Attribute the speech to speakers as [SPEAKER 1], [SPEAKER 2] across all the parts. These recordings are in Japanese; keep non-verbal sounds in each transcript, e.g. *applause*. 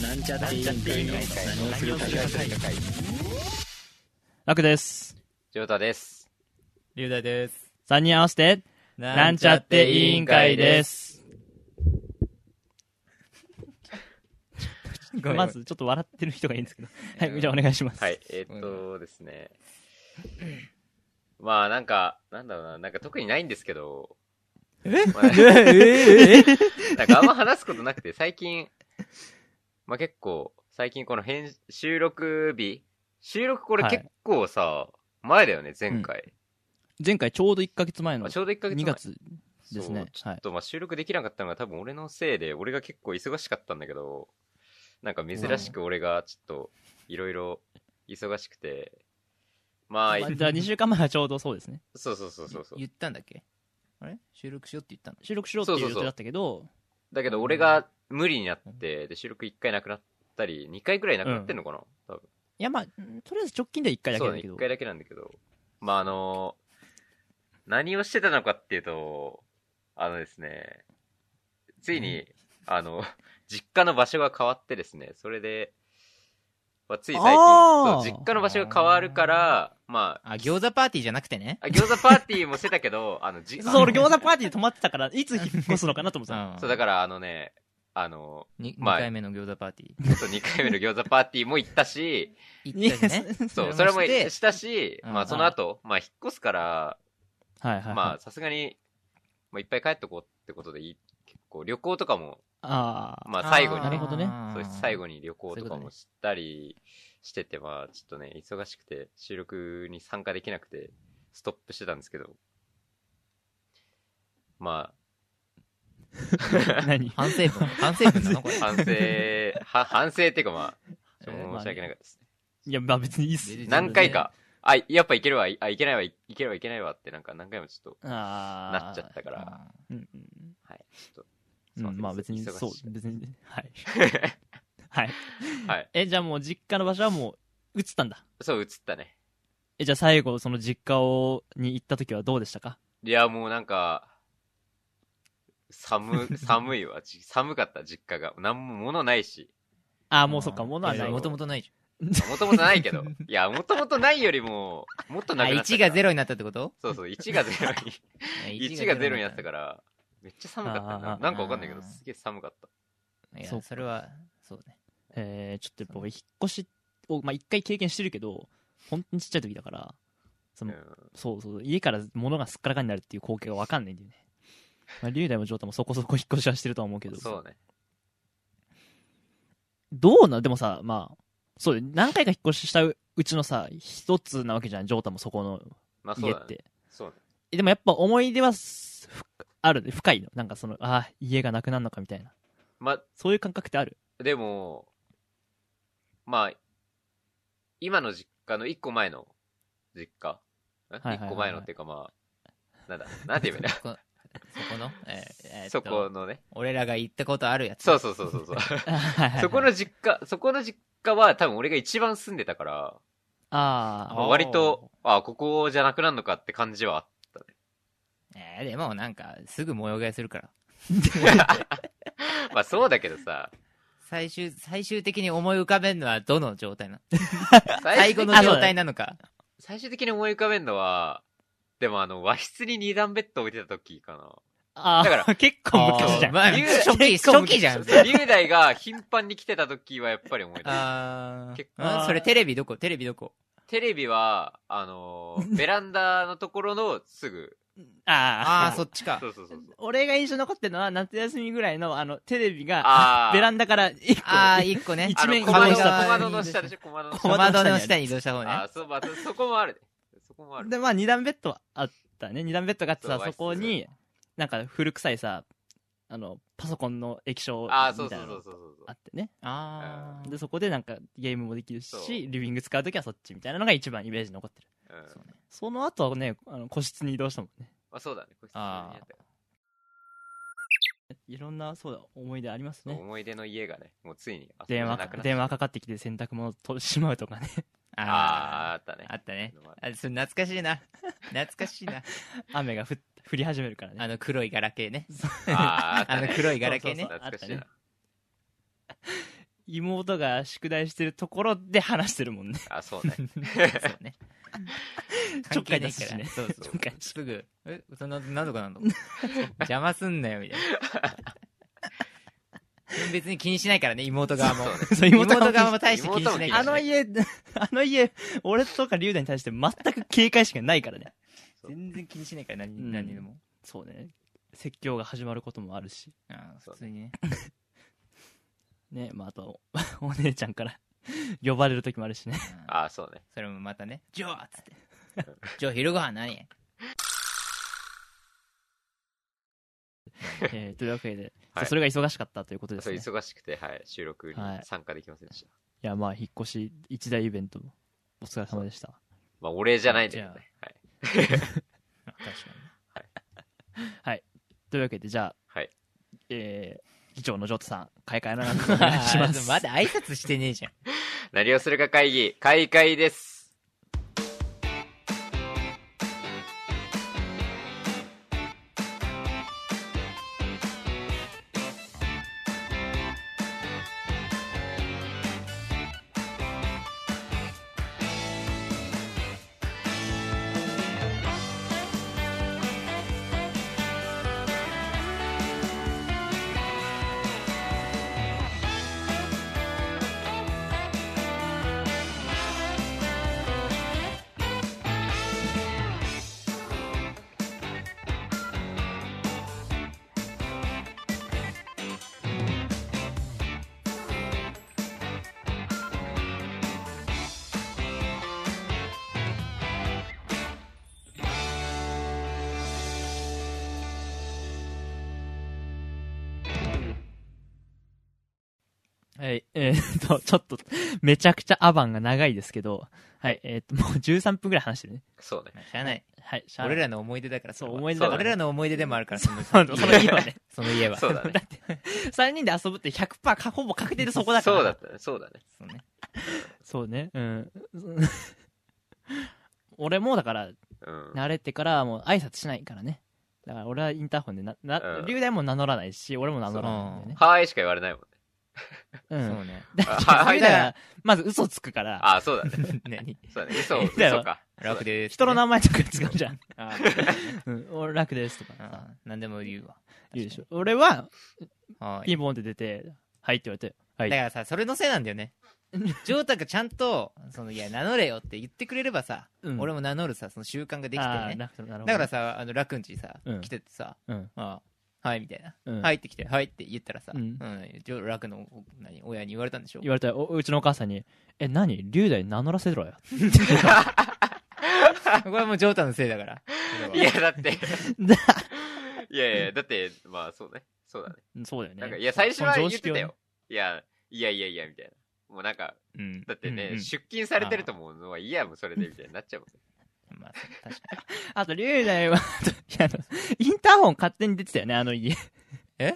[SPEAKER 1] なんちゃって委員会の何をするか会
[SPEAKER 2] 楽です。
[SPEAKER 3] ジョータです。
[SPEAKER 4] 龍大です。
[SPEAKER 2] 3人合わせて、なんちゃって委員会で。す。ま
[SPEAKER 4] まず、
[SPEAKER 2] ず、ちょっと笑ってる人がいいんですけど。はい、じゃあお願いします。
[SPEAKER 3] はい、えーっとですね。まあなんか、なんだろうな、なんか特にないんですけど。え、まあ、なんかあんま話すことなくて、最近、まあ結構、最近この編、収録日収録これ
[SPEAKER 2] はい
[SPEAKER 3] 結構さ、前だよね、前回。
[SPEAKER 2] *laughs* 前回ちょうど1ヶ月前
[SPEAKER 3] ま
[SPEAKER 2] の
[SPEAKER 3] あちょうど1ヶ月前
[SPEAKER 2] 2月ですね
[SPEAKER 3] そうちょ
[SPEAKER 2] はい
[SPEAKER 3] っとまあ収録できなかったのが多分俺のせいで、俺が結構忙しかったんだけど、なんか珍しく俺がちょっといろいろ忙しくて、まあ、
[SPEAKER 2] まあじゃあ2週間前はちょうどそうですね。
[SPEAKER 3] そうそうそうそうそう。
[SPEAKER 4] 言ったんだっけあれ収録しようって言ったの
[SPEAKER 2] 収録しろっていう予定だったけど、
[SPEAKER 3] だけど俺が無理になって、で収録1回なくなったり、2回くらいなくなってんのかな、多分。
[SPEAKER 2] いやまあ、とりあえず直近では1回だけ
[SPEAKER 3] そう
[SPEAKER 2] だ
[SPEAKER 3] ね、
[SPEAKER 2] けど
[SPEAKER 3] 1。回だけなんだけど。まああの、何をしてたのかっていうと、あのですね、ついに、あの、 *laughs* 実家の場所が変わってですね、それで、まあ、つい最
[SPEAKER 2] あ
[SPEAKER 3] 近
[SPEAKER 2] ー
[SPEAKER 3] そう、実家の場所が変わるから、まあ、
[SPEAKER 4] あ、餃子パーティーじゃなくてね。
[SPEAKER 3] あ餃子パーティーもしてたけど、 *laughs* あの、じ
[SPEAKER 2] そう、俺餃子パーティーで止まってたから、いつ引っ越すのかなと思ってた。
[SPEAKER 3] そう、だ
[SPEAKER 4] か
[SPEAKER 3] からあのね、あの、
[SPEAKER 4] ら、2
[SPEAKER 3] まあ
[SPEAKER 4] 回目の餃子パーティー。
[SPEAKER 3] ちょっと2回目の餃子パーティーも行ったし、
[SPEAKER 2] *laughs*
[SPEAKER 4] 行ったよね。
[SPEAKER 3] そう、それも
[SPEAKER 4] して
[SPEAKER 3] したし、
[SPEAKER 4] うん
[SPEAKER 3] まあその後、まあ引っ越すから、
[SPEAKER 2] はいはいはい。
[SPEAKER 3] まあさすがに、まあいっぱい帰ってこうってことでいい、結構旅行とかも、
[SPEAKER 2] ああ。
[SPEAKER 3] *laughs* まあ最後に
[SPEAKER 2] なる
[SPEAKER 3] ね
[SPEAKER 2] ほ、どね
[SPEAKER 3] そう最後に旅行とかもしたりしてて、まあちょっとね、忙しくて収録に参加できなくて、ストップしてたんですけど、
[SPEAKER 2] *laughs*
[SPEAKER 3] ま
[SPEAKER 2] 何
[SPEAKER 4] 反省文反省文なのこれ
[SPEAKER 3] あ、。 *laughs* 反省、は反省っていうかまあ、ちょっと
[SPEAKER 2] えーまあ
[SPEAKER 3] 申し訳なかったですね。
[SPEAKER 2] いや、まあ別にいいっす。
[SPEAKER 3] 何回。か、あ、やっぱいけるわ、いあ、いけないわ、いいけるわ、いけないわってなんか何回もちょっと
[SPEAKER 2] ああ。
[SPEAKER 3] なっちゃったから、
[SPEAKER 2] うん
[SPEAKER 3] はい。ちょっ
[SPEAKER 2] う
[SPEAKER 3] と、
[SPEAKER 2] ん、まあ別に
[SPEAKER 3] 忙しい
[SPEAKER 2] そう、別に、はい。
[SPEAKER 3] *laughs*
[SPEAKER 2] はい。
[SPEAKER 3] はい。
[SPEAKER 2] え、じゃあもう実家の場所はもう移ったんだ。
[SPEAKER 3] そう、映ったね。
[SPEAKER 2] え、じゃあ最後、その実家を、に行った時はどうでしたか
[SPEAKER 3] いや、もうなんか、
[SPEAKER 2] *laughs*
[SPEAKER 3] 寒、寒いわ。じ寒かった、実家が。なんも物ないし。
[SPEAKER 2] ああ、もうそっか、物はない。
[SPEAKER 4] もともとないじ
[SPEAKER 3] もともとないけ
[SPEAKER 2] *laughs*
[SPEAKER 3] ど。いや、もともとないよりも、もっと
[SPEAKER 4] ゃん。あ、
[SPEAKER 3] なくなった
[SPEAKER 4] 1
[SPEAKER 3] から。
[SPEAKER 4] が0になったってこと
[SPEAKER 3] そうそう、1が0に。1が0になったから、めっちゃ寒かった
[SPEAKER 2] あ
[SPEAKER 3] な。
[SPEAKER 2] ー
[SPEAKER 3] なんかわかんないけど、すげえ寒かった。
[SPEAKER 4] ら。い
[SPEAKER 2] そう
[SPEAKER 4] や、
[SPEAKER 2] か
[SPEAKER 4] それは、そう
[SPEAKER 3] *laughs*
[SPEAKER 4] ね。
[SPEAKER 2] えー、ちょっとやっぱ俺、引っ越しを、まあ一回経験してるけど、本当にちっちゃい時だから、そうの、
[SPEAKER 3] ん。
[SPEAKER 2] そうそう、家から物がすっからかになるっていう光景がわかんないんだよね。まあ、龍大も城太もそこそこ引っ越しはしてるとは思うけど。
[SPEAKER 3] そうね。
[SPEAKER 2] どうなんでもさ、まあ、そうだよ何回か引っ越ししたうちのさ、一つなわけじゃん、城太もそこの
[SPEAKER 3] まあそう
[SPEAKER 2] 家
[SPEAKER 3] だ
[SPEAKER 2] っ
[SPEAKER 3] ね。
[SPEAKER 2] て。
[SPEAKER 3] そうね。
[SPEAKER 2] えでもやっぱ思い出はす、ふあるね、深いの。なんかその、ああ、家がなくなるのかみたいな。
[SPEAKER 3] まあ、
[SPEAKER 2] そういう感覚ってある
[SPEAKER 3] でも、まあ、今の実家の一個前の実家ん
[SPEAKER 2] はいはいはい
[SPEAKER 3] 一個前のっていうかまあ、なんだ、なんて言えばいいん
[SPEAKER 4] そこそこの、え *laughs* ーえー
[SPEAKER 3] だ
[SPEAKER 4] っ
[SPEAKER 3] そ
[SPEAKER 4] と
[SPEAKER 3] このね。
[SPEAKER 4] 俺らが行ったことあるやつ。
[SPEAKER 3] そうそうそうそうそう。 *laughs*
[SPEAKER 2] *laughs*
[SPEAKER 3] そこの実家、そこの実家は多分俺が一番住んでたから、
[SPEAKER 2] あ
[SPEAKER 3] まあ割と、あここじゃなくなるのかって感じはあっ
[SPEAKER 4] えーでもなんか、すぐ模様替えするから。
[SPEAKER 3] た。まあそうだけどさ、
[SPEAKER 4] 最終、最終的に思い浮かべるのはどの状態なの
[SPEAKER 3] 最
[SPEAKER 4] 最
[SPEAKER 3] 後
[SPEAKER 4] 後
[SPEAKER 3] の、
[SPEAKER 4] の状態なのか。
[SPEAKER 3] 最終的に思い浮かべるのは、でもあの、和室に二段ベッド置いてた時かな。
[SPEAKER 2] ああ、
[SPEAKER 3] だから
[SPEAKER 2] *laughs* 結構昔じゃん。
[SPEAKER 4] まあ、
[SPEAKER 3] 龍
[SPEAKER 4] 初 *laughs* 期、
[SPEAKER 2] 結構
[SPEAKER 4] 初期じ
[SPEAKER 3] *laughs*
[SPEAKER 4] ゃん。
[SPEAKER 3] そう龍大が頻繁に来てた時はやっぱり思い出す。
[SPEAKER 4] あ
[SPEAKER 3] 結構
[SPEAKER 4] あ。それテレビどこテレビどこ
[SPEAKER 3] テレビは、あのーベランダのところのすぐ。
[SPEAKER 2] あ
[SPEAKER 4] あ
[SPEAKER 2] あ、
[SPEAKER 4] あ、そっちか
[SPEAKER 3] *laughs* そ。うそうそうそう。
[SPEAKER 2] *laughs* 俺が印象に残ってるのは、夏休みぐらいの、あの、テレビが、
[SPEAKER 3] あー
[SPEAKER 2] ベランダから一個、
[SPEAKER 4] ああ、一個
[SPEAKER 3] *laughs*
[SPEAKER 4] ね。
[SPEAKER 2] 一面
[SPEAKER 3] あの小窓
[SPEAKER 2] 壁
[SPEAKER 3] の
[SPEAKER 2] の下
[SPEAKER 3] 小窓の下でしょ、小窓の
[SPEAKER 2] 小
[SPEAKER 3] 下。
[SPEAKER 4] 小窓の
[SPEAKER 2] 小窓の下
[SPEAKER 4] 下に移動した方
[SPEAKER 3] あ
[SPEAKER 4] ね。
[SPEAKER 3] ーそう、まあ、そそこもあるね。そこもある。
[SPEAKER 2] で、まあ、二段ベッドあったね。二段ベッドがあってさ
[SPEAKER 3] そ、う
[SPEAKER 2] そこ
[SPEAKER 3] 和室
[SPEAKER 2] に、なんか古臭いさ、あの、パソコンの液晶みた
[SPEAKER 3] ああ、
[SPEAKER 2] い
[SPEAKER 3] そうそ
[SPEAKER 2] な
[SPEAKER 3] うそ
[SPEAKER 2] の
[SPEAKER 3] うそうそ
[SPEAKER 2] あ
[SPEAKER 3] う。
[SPEAKER 2] ってね。
[SPEAKER 4] ああ。
[SPEAKER 2] で、そこでなんかゲームもできる
[SPEAKER 3] そう
[SPEAKER 2] し、リビング使うときはそっちみたいなのが一番イメージ残ってる。
[SPEAKER 3] うん
[SPEAKER 4] そうね
[SPEAKER 2] その後はね、あの個室に移動したもんね。
[SPEAKER 3] まあ、そうだね。これ
[SPEAKER 4] あー
[SPEAKER 2] いろんな、そうだ、思い出ありますね。
[SPEAKER 3] 思い出の家がね、もうついにあそこじ
[SPEAKER 2] 電
[SPEAKER 3] ゃ
[SPEAKER 2] 話
[SPEAKER 3] なく
[SPEAKER 2] か
[SPEAKER 3] なっ、た
[SPEAKER 2] 電話かかってきて洗濯物取ってしまうとか
[SPEAKER 3] *laughs*
[SPEAKER 2] ね。
[SPEAKER 3] あーあ
[SPEAKER 4] あ
[SPEAKER 3] ったね。
[SPEAKER 4] あ。あったね。
[SPEAKER 3] のもある
[SPEAKER 4] あ、それ懐かしいな。 *laughs* 懐かしいな。
[SPEAKER 2] 雨が降っ降り始めるからね。
[SPEAKER 4] あの黒いガラケーね。
[SPEAKER 3] あーあった
[SPEAKER 4] あの
[SPEAKER 3] ね。
[SPEAKER 4] 黒いガラケー
[SPEAKER 2] そう
[SPEAKER 4] ね
[SPEAKER 2] そう。そう
[SPEAKER 3] 懐かしい
[SPEAKER 2] あっ
[SPEAKER 3] な。
[SPEAKER 2] い妹が宿題してるところで話してるもんね。
[SPEAKER 3] あ、そうね。
[SPEAKER 4] そうね。
[SPEAKER 2] ちょ
[SPEAKER 4] 関
[SPEAKER 2] っか
[SPEAKER 4] 係
[SPEAKER 2] い出
[SPEAKER 4] ない
[SPEAKER 2] す
[SPEAKER 4] か
[SPEAKER 2] し
[SPEAKER 4] らね。
[SPEAKER 2] ね。
[SPEAKER 4] そうそう
[SPEAKER 2] ちょっかい出す
[SPEAKER 4] すぐ、え、そんな、なんとかなんの邪魔すんなよ、みたいな。別に気にしないからね、妹側も。
[SPEAKER 2] そう
[SPEAKER 4] 妹
[SPEAKER 2] 妹が
[SPEAKER 4] 側も大して気にしないから
[SPEAKER 2] あ
[SPEAKER 4] ね。
[SPEAKER 2] の家、 *laughs* あの家、俺とか龍大に対して全く警戒心がないからね。
[SPEAKER 4] 全然気にしないから、
[SPEAKER 2] う
[SPEAKER 4] 何、
[SPEAKER 2] ん
[SPEAKER 4] 何にでも。
[SPEAKER 2] そうね。説教が始まることもあるし。
[SPEAKER 4] あー
[SPEAKER 3] そう
[SPEAKER 4] 普通に
[SPEAKER 2] *laughs*
[SPEAKER 4] ね。
[SPEAKER 2] ね。まあ、あと、 *laughs* おお姉ちゃんから *laughs* 呼ばれる時もある
[SPEAKER 3] *laughs*
[SPEAKER 2] しね。
[SPEAKER 4] あー
[SPEAKER 3] あ、そうね。
[SPEAKER 4] それもまたね、ジョーっつって。ジョー、昼ご
[SPEAKER 2] *laughs*
[SPEAKER 4] 飯何
[SPEAKER 2] えーというわけで、
[SPEAKER 3] はい
[SPEAKER 2] それが忙しかったということです
[SPEAKER 3] そう
[SPEAKER 2] ね。い
[SPEAKER 3] 忙しくて、はい、収録に参加できませんでした。
[SPEAKER 2] や、まあ、引っ越し一大イベント、お疲れ様でした。
[SPEAKER 3] まあ、お礼じゃないんだけどね。はい。
[SPEAKER 4] あ確かに。
[SPEAKER 2] というわけで、じゃあ、
[SPEAKER 3] はい
[SPEAKER 2] えー議長のジョートさん、開会の中お願いしま
[SPEAKER 3] *laughs*
[SPEAKER 2] す。
[SPEAKER 4] まだ挨拶してねえじゃん。
[SPEAKER 3] 何をするか会議、開会です。
[SPEAKER 2] はい、えーっと、ちょっと、めちゃくちゃアバンが長いですけど、はい、えーっと、もう13分ぐらい話してるね。
[SPEAKER 3] そうね。
[SPEAKER 4] まあしゃあない。
[SPEAKER 2] はい、しゃあない
[SPEAKER 4] 俺らの思い出だから、
[SPEAKER 2] そう
[SPEAKER 4] れは
[SPEAKER 2] 思い出だから
[SPEAKER 4] 俺らの思い出でもあるから、その
[SPEAKER 2] そうその家はね。
[SPEAKER 4] その家は。
[SPEAKER 3] そうだね。
[SPEAKER 2] 3人で遊ぶって100%かほぼ確定で *laughs* そこだから。
[SPEAKER 3] そうだったね。そうだね。
[SPEAKER 4] そうね
[SPEAKER 2] そうね。うん。 *laughs* 俺もだから、
[SPEAKER 3] うん。
[SPEAKER 2] 慣れてからはもう挨拶しないからね。だから俺はインターホンでな、
[SPEAKER 3] う
[SPEAKER 2] な、
[SPEAKER 3] ん
[SPEAKER 2] 龍大も名乗らないし、俺も名乗らないんだよね。
[SPEAKER 3] はーいしか言われないもんね。
[SPEAKER 2] う
[SPEAKER 4] そ
[SPEAKER 2] ん。
[SPEAKER 4] うね。
[SPEAKER 2] だ
[SPEAKER 3] あはい
[SPEAKER 2] 龍大は、まず嘘つくから、
[SPEAKER 3] あ、そうだね。
[SPEAKER 2] *laughs*
[SPEAKER 4] 何
[SPEAKER 3] そうだね。嘘、
[SPEAKER 2] いいんだよ
[SPEAKER 3] 嘘か。
[SPEAKER 4] 楽です。
[SPEAKER 2] 人の名前とか使うじゃん。
[SPEAKER 4] あ
[SPEAKER 2] *laughs* うん、俺楽ですとか
[SPEAKER 4] あ
[SPEAKER 2] さ、
[SPEAKER 4] 何でも言うわ。
[SPEAKER 2] 言うでしょ。俺は、
[SPEAKER 4] はい
[SPEAKER 2] ピンポンって出て、はいって言われて、は
[SPEAKER 4] だか
[SPEAKER 2] い。
[SPEAKER 4] らさ、それのせいなんだよ
[SPEAKER 2] *laughs*
[SPEAKER 4] ね。ジョータがちゃんと、その、いや、名乗れよって言ってくれればさ、
[SPEAKER 2] うん
[SPEAKER 4] 俺も名乗るさ、その習慣ができて
[SPEAKER 2] あー
[SPEAKER 4] ね。
[SPEAKER 2] ななるほど
[SPEAKER 4] だからさ、あの、楽んちさ
[SPEAKER 2] う、ん
[SPEAKER 4] 来ててさ、
[SPEAKER 2] うん。
[SPEAKER 4] ああはい、みたいな。
[SPEAKER 2] うん
[SPEAKER 4] はいって来て、はいって言ったらさ、う
[SPEAKER 2] うんん、
[SPEAKER 4] ジョ楽の、何、親に言われたんでしょ
[SPEAKER 2] 言われたらおうちのお母さんに「え何龍大名乗らせろよ
[SPEAKER 4] これはもうジョータのせいだ
[SPEAKER 2] *laughs*
[SPEAKER 4] から。
[SPEAKER 3] いや、だって。」
[SPEAKER 2] だ
[SPEAKER 3] いやいや、だって、まあ、そうね。そうだね。
[SPEAKER 2] そうだよね
[SPEAKER 3] なんか、いや、最初は
[SPEAKER 2] そ
[SPEAKER 3] 言
[SPEAKER 2] の
[SPEAKER 3] ってた
[SPEAKER 2] ね
[SPEAKER 3] よ。いや、いやいやいや、みたいな。もうなんか、
[SPEAKER 4] うん
[SPEAKER 3] だってね、
[SPEAKER 4] うんうん
[SPEAKER 3] 出勤されてると思うのは、いや、もうそれで、みたいになっちゃうもんね。
[SPEAKER 4] まあ、確か
[SPEAKER 2] あと龍大は *laughs* あといやあのインターホン勝手に出てたよねあの家
[SPEAKER 4] に。出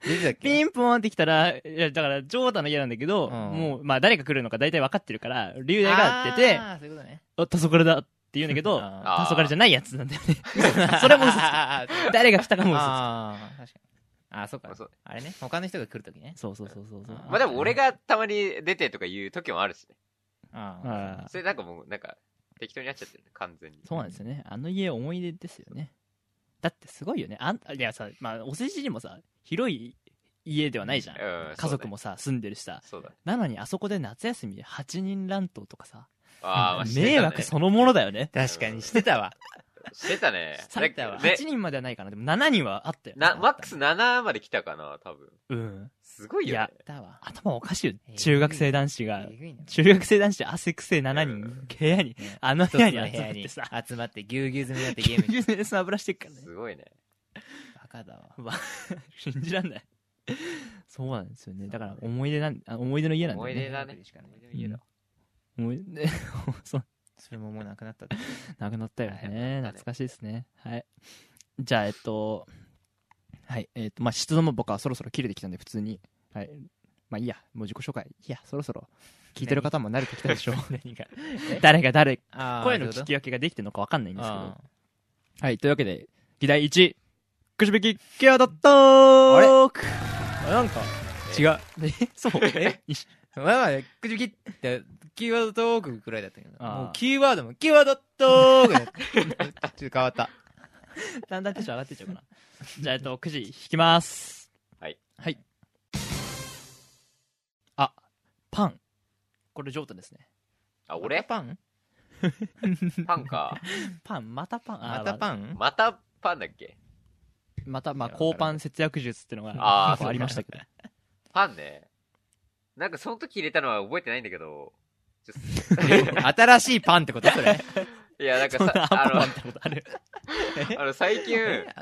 [SPEAKER 4] てたっけ
[SPEAKER 2] *laughs* ピンポンってきたらいやだからジョータの家なんだけど、
[SPEAKER 4] うん
[SPEAKER 2] もうまあ誰が来るのか大体分かってるから龍大が出て
[SPEAKER 4] あーそういうことね。
[SPEAKER 2] 「あ黄昏だ」って言うんだけど
[SPEAKER 4] あ
[SPEAKER 3] ー
[SPEAKER 2] 黄昏じゃないやつなんだよねそれも嘘つく
[SPEAKER 4] あー
[SPEAKER 2] 誰が来たかも *laughs* 嘘つ
[SPEAKER 4] あー、確かに。あー、そう
[SPEAKER 3] まあ
[SPEAKER 4] か
[SPEAKER 3] そ。う
[SPEAKER 4] あれね、他の人が来るときね
[SPEAKER 2] く。そうそうそうそうそう
[SPEAKER 4] あ
[SPEAKER 3] まあでも、俺がたまに出てとか言う時もあるしね。
[SPEAKER 4] あー
[SPEAKER 2] あー
[SPEAKER 3] それなんかもう、なんか、適当になっちゃってるね、完全に。
[SPEAKER 2] そうなんですよね。あの家思い出ですよね。だってすごいよね。あんいやさ、まあ、お世辞にもさ、広い家ではないじゃん。
[SPEAKER 3] うんそうね
[SPEAKER 2] 家族もさ、住んでるしさ。
[SPEAKER 3] そうだね。
[SPEAKER 2] なのにあそこで夏休みで8人乱闘とかさ、
[SPEAKER 3] あーまあ、してたね
[SPEAKER 2] 迷惑そのものだよね。
[SPEAKER 4] 確かにしてたわ。
[SPEAKER 3] してたね。
[SPEAKER 4] されたわ
[SPEAKER 2] 8
[SPEAKER 3] で、
[SPEAKER 2] 人まではないかな。でも7人はあったよ。
[SPEAKER 3] な、マックス7まで来たかな、多分。
[SPEAKER 2] うん。
[SPEAKER 3] すごいよね
[SPEAKER 2] い。だわ。頭おかしいよ
[SPEAKER 4] え。ー
[SPEAKER 2] 中学生男子が、
[SPEAKER 4] えぐいな
[SPEAKER 2] 中学生男子で汗くせえ7
[SPEAKER 3] うん
[SPEAKER 2] 人、部屋に、
[SPEAKER 4] ね
[SPEAKER 2] あの
[SPEAKER 4] 一つ
[SPEAKER 2] 部
[SPEAKER 4] の
[SPEAKER 2] 屋
[SPEAKER 4] 部
[SPEAKER 2] に集
[SPEAKER 4] 屋
[SPEAKER 2] まっ
[SPEAKER 4] に
[SPEAKER 2] てさ、
[SPEAKER 4] 集まってぎゅうぎゅう詰めになってゲームに。
[SPEAKER 2] スマブラしてっからね。
[SPEAKER 3] すごいね。
[SPEAKER 4] バカだわ。
[SPEAKER 2] 信じらんないそうなんですよねだから思い出なんあ思い出の家なんだ
[SPEAKER 3] 思い
[SPEAKER 2] よ
[SPEAKER 3] 出
[SPEAKER 2] ね
[SPEAKER 3] だね。
[SPEAKER 4] しかない
[SPEAKER 3] 思い出の家だ。
[SPEAKER 2] 思い出 *laughs* そう
[SPEAKER 4] それももうなくなった。
[SPEAKER 2] なくなったよ
[SPEAKER 3] あやっぱ
[SPEAKER 2] ね
[SPEAKER 3] ね
[SPEAKER 2] 懐かしいですねはいじゃあえっとはいえっとまあ質問も僕はそろそろ切れてきたんで普通にはいまあいいやもう自己紹介いやそろそろ聞いてる方も慣れてきたで *laughs* しょう
[SPEAKER 4] 何が。
[SPEAKER 2] 誰が誰
[SPEAKER 4] あ
[SPEAKER 2] 声の聞
[SPEAKER 4] き
[SPEAKER 2] き分けができてるのか分かんないんですけど
[SPEAKER 4] あ
[SPEAKER 2] はいというわけで議題1くじ引きケアだったー
[SPEAKER 4] あれ
[SPEAKER 2] なんか違う。 *laughs* え、そう。え、
[SPEAKER 4] まあまあ、くじきって、キーワードトークぐらいだったけど、
[SPEAKER 2] あー
[SPEAKER 4] もうキーワードも、キーワードトー *laughs* クだった。ちょっと変わった。
[SPEAKER 2] だんだんテンション上がってっちゃうかな。 *laughs* じゃあ、えっと、くじ引きます。
[SPEAKER 3] はい。
[SPEAKER 2] はい。あ、パン。これ、ジョータですね。
[SPEAKER 3] あ、俺
[SPEAKER 4] パン
[SPEAKER 3] パンか。
[SPEAKER 2] パン、またパン。あ
[SPEAKER 4] また
[SPEAKER 2] ン
[SPEAKER 4] パン
[SPEAKER 3] またパンだっけ
[SPEAKER 2] また、まあ、高パン節約術っていうのが
[SPEAKER 3] あー
[SPEAKER 2] 結構ありましたけど。
[SPEAKER 3] パンね。なんかその時入れたのは覚えてないんだけど。ちょ
[SPEAKER 4] 新しいパンってことそれ。
[SPEAKER 3] いや、なんか
[SPEAKER 2] そん
[SPEAKER 3] さ
[SPEAKER 2] な、 *laughs* アンパンマン
[SPEAKER 3] あ
[SPEAKER 2] ってこと
[SPEAKER 3] *laughs*
[SPEAKER 2] ある。
[SPEAKER 3] の、あの最近、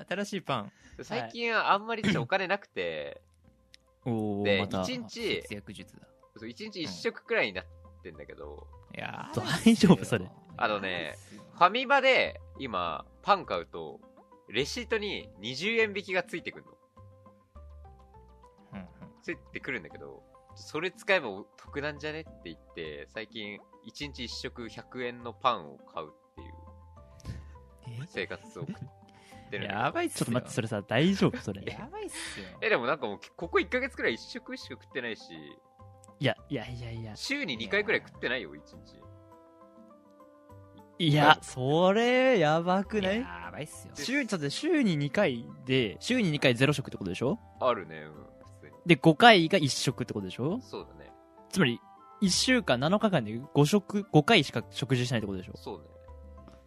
[SPEAKER 4] 新しいパン。
[SPEAKER 3] 最近はあんまりちょっとお金なくて、
[SPEAKER 2] おー、
[SPEAKER 3] で、
[SPEAKER 2] また。
[SPEAKER 3] 一日、
[SPEAKER 4] 節約術だ。
[SPEAKER 3] そう一日一食くらいになってんだけど、
[SPEAKER 4] いやー
[SPEAKER 2] 大丈夫それ。
[SPEAKER 3] あのね、ファミマで今、パン買うと、レシートに20円引きがついてくるの。
[SPEAKER 4] うんうん
[SPEAKER 3] ついてくるんだけど、それ使えばお得なんじゃねって言って、最近、一日一食100円のパンを買うっていう生活を送ってるんだけど
[SPEAKER 4] やばいっす
[SPEAKER 2] ちょ
[SPEAKER 4] よ。
[SPEAKER 2] っと待って、それさ、大丈夫それ。
[SPEAKER 4] やばいっすよ。
[SPEAKER 3] え、でもなんかもう、ここ1ヶ月くらい一食しか食ってないし、
[SPEAKER 2] いや、いやいやいや。
[SPEAKER 3] 週に2回くらい食ってないよ、1日。
[SPEAKER 2] いや、それ、やばくない
[SPEAKER 4] やばいっすよ。
[SPEAKER 2] 週、ちょっと待って週に2回で、週に2回ゼロ食ってことでしょ
[SPEAKER 3] あるね、うん、普通に。
[SPEAKER 2] で、5回が1食ってことでしょ
[SPEAKER 3] そうだね。
[SPEAKER 2] つまり、1週間、7日間で5食、5回しか食事しないってことでしょ
[SPEAKER 3] そうね。